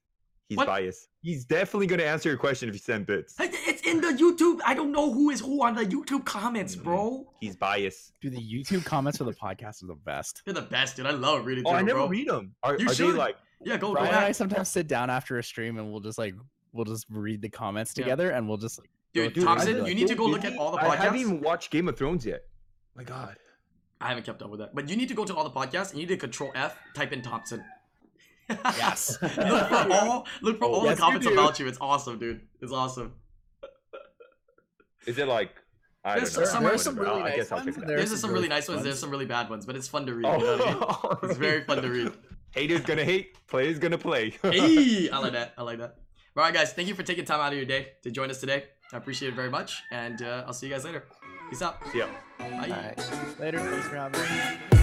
D: He's
A: What?
D: biased. He's definitely gonna answer your question if you send bits.
A: It- It's in the YouTube. I don't know who is who on the YouTube comments, bro.
D: He's biased.
C: Dude, the YouTube comments for the podcast are the best.
A: You're the best, dude. I love reading
D: Oh,
A: through
D: I
A: it,
D: never
A: bro.
D: read them. Are,
A: You
D: are they
A: should.
D: like?
A: yeah, go, go
C: Brian and I
A: back.
C: sometimes sit down after a stream and we'll just like we'll just read the comments
A: Yeah.
C: together and we'll just like
A: Dude,
C: Dude, I
A: Thompson,
C: did.
A: you need to go look at all the podcasts.
D: I haven't even watched Game of Thrones yet. My God.
A: I haven't kept up with that. But you need to go to all the podcasts and you need to control F, type in Thompson.
C: Yes.
A: look for all look for
D: Oh,
A: all
D: yes,
A: the
D: you
A: comments
D: do.
A: about you. It's awesome, dude. It's awesome.
D: Is it like? I
A: There's
D: don't know.
A: some-
D: I
A: there's some
D: don't know.
C: really
D: I
C: nice
D: guess I'll
C: ones
D: check
C: and
D: it out.
A: There's
C: some
A: just some
C: really
A: really nice ones,
C: fun
A: there's some really bad ones, but it's fun to read. You know what I mean?
D: Oh,
A: It's very fun to read.
D: Haters gonna hate. Players gonna play.
A: Hey, I like that. I like that. All right, guys, thank you for taking time out of your day to join us today. I appreciate it very much, and uh, I'll see you guys later. Peace out.
D: yeah.
A: Bye.
E: All right.
C: later. Thanks for having me.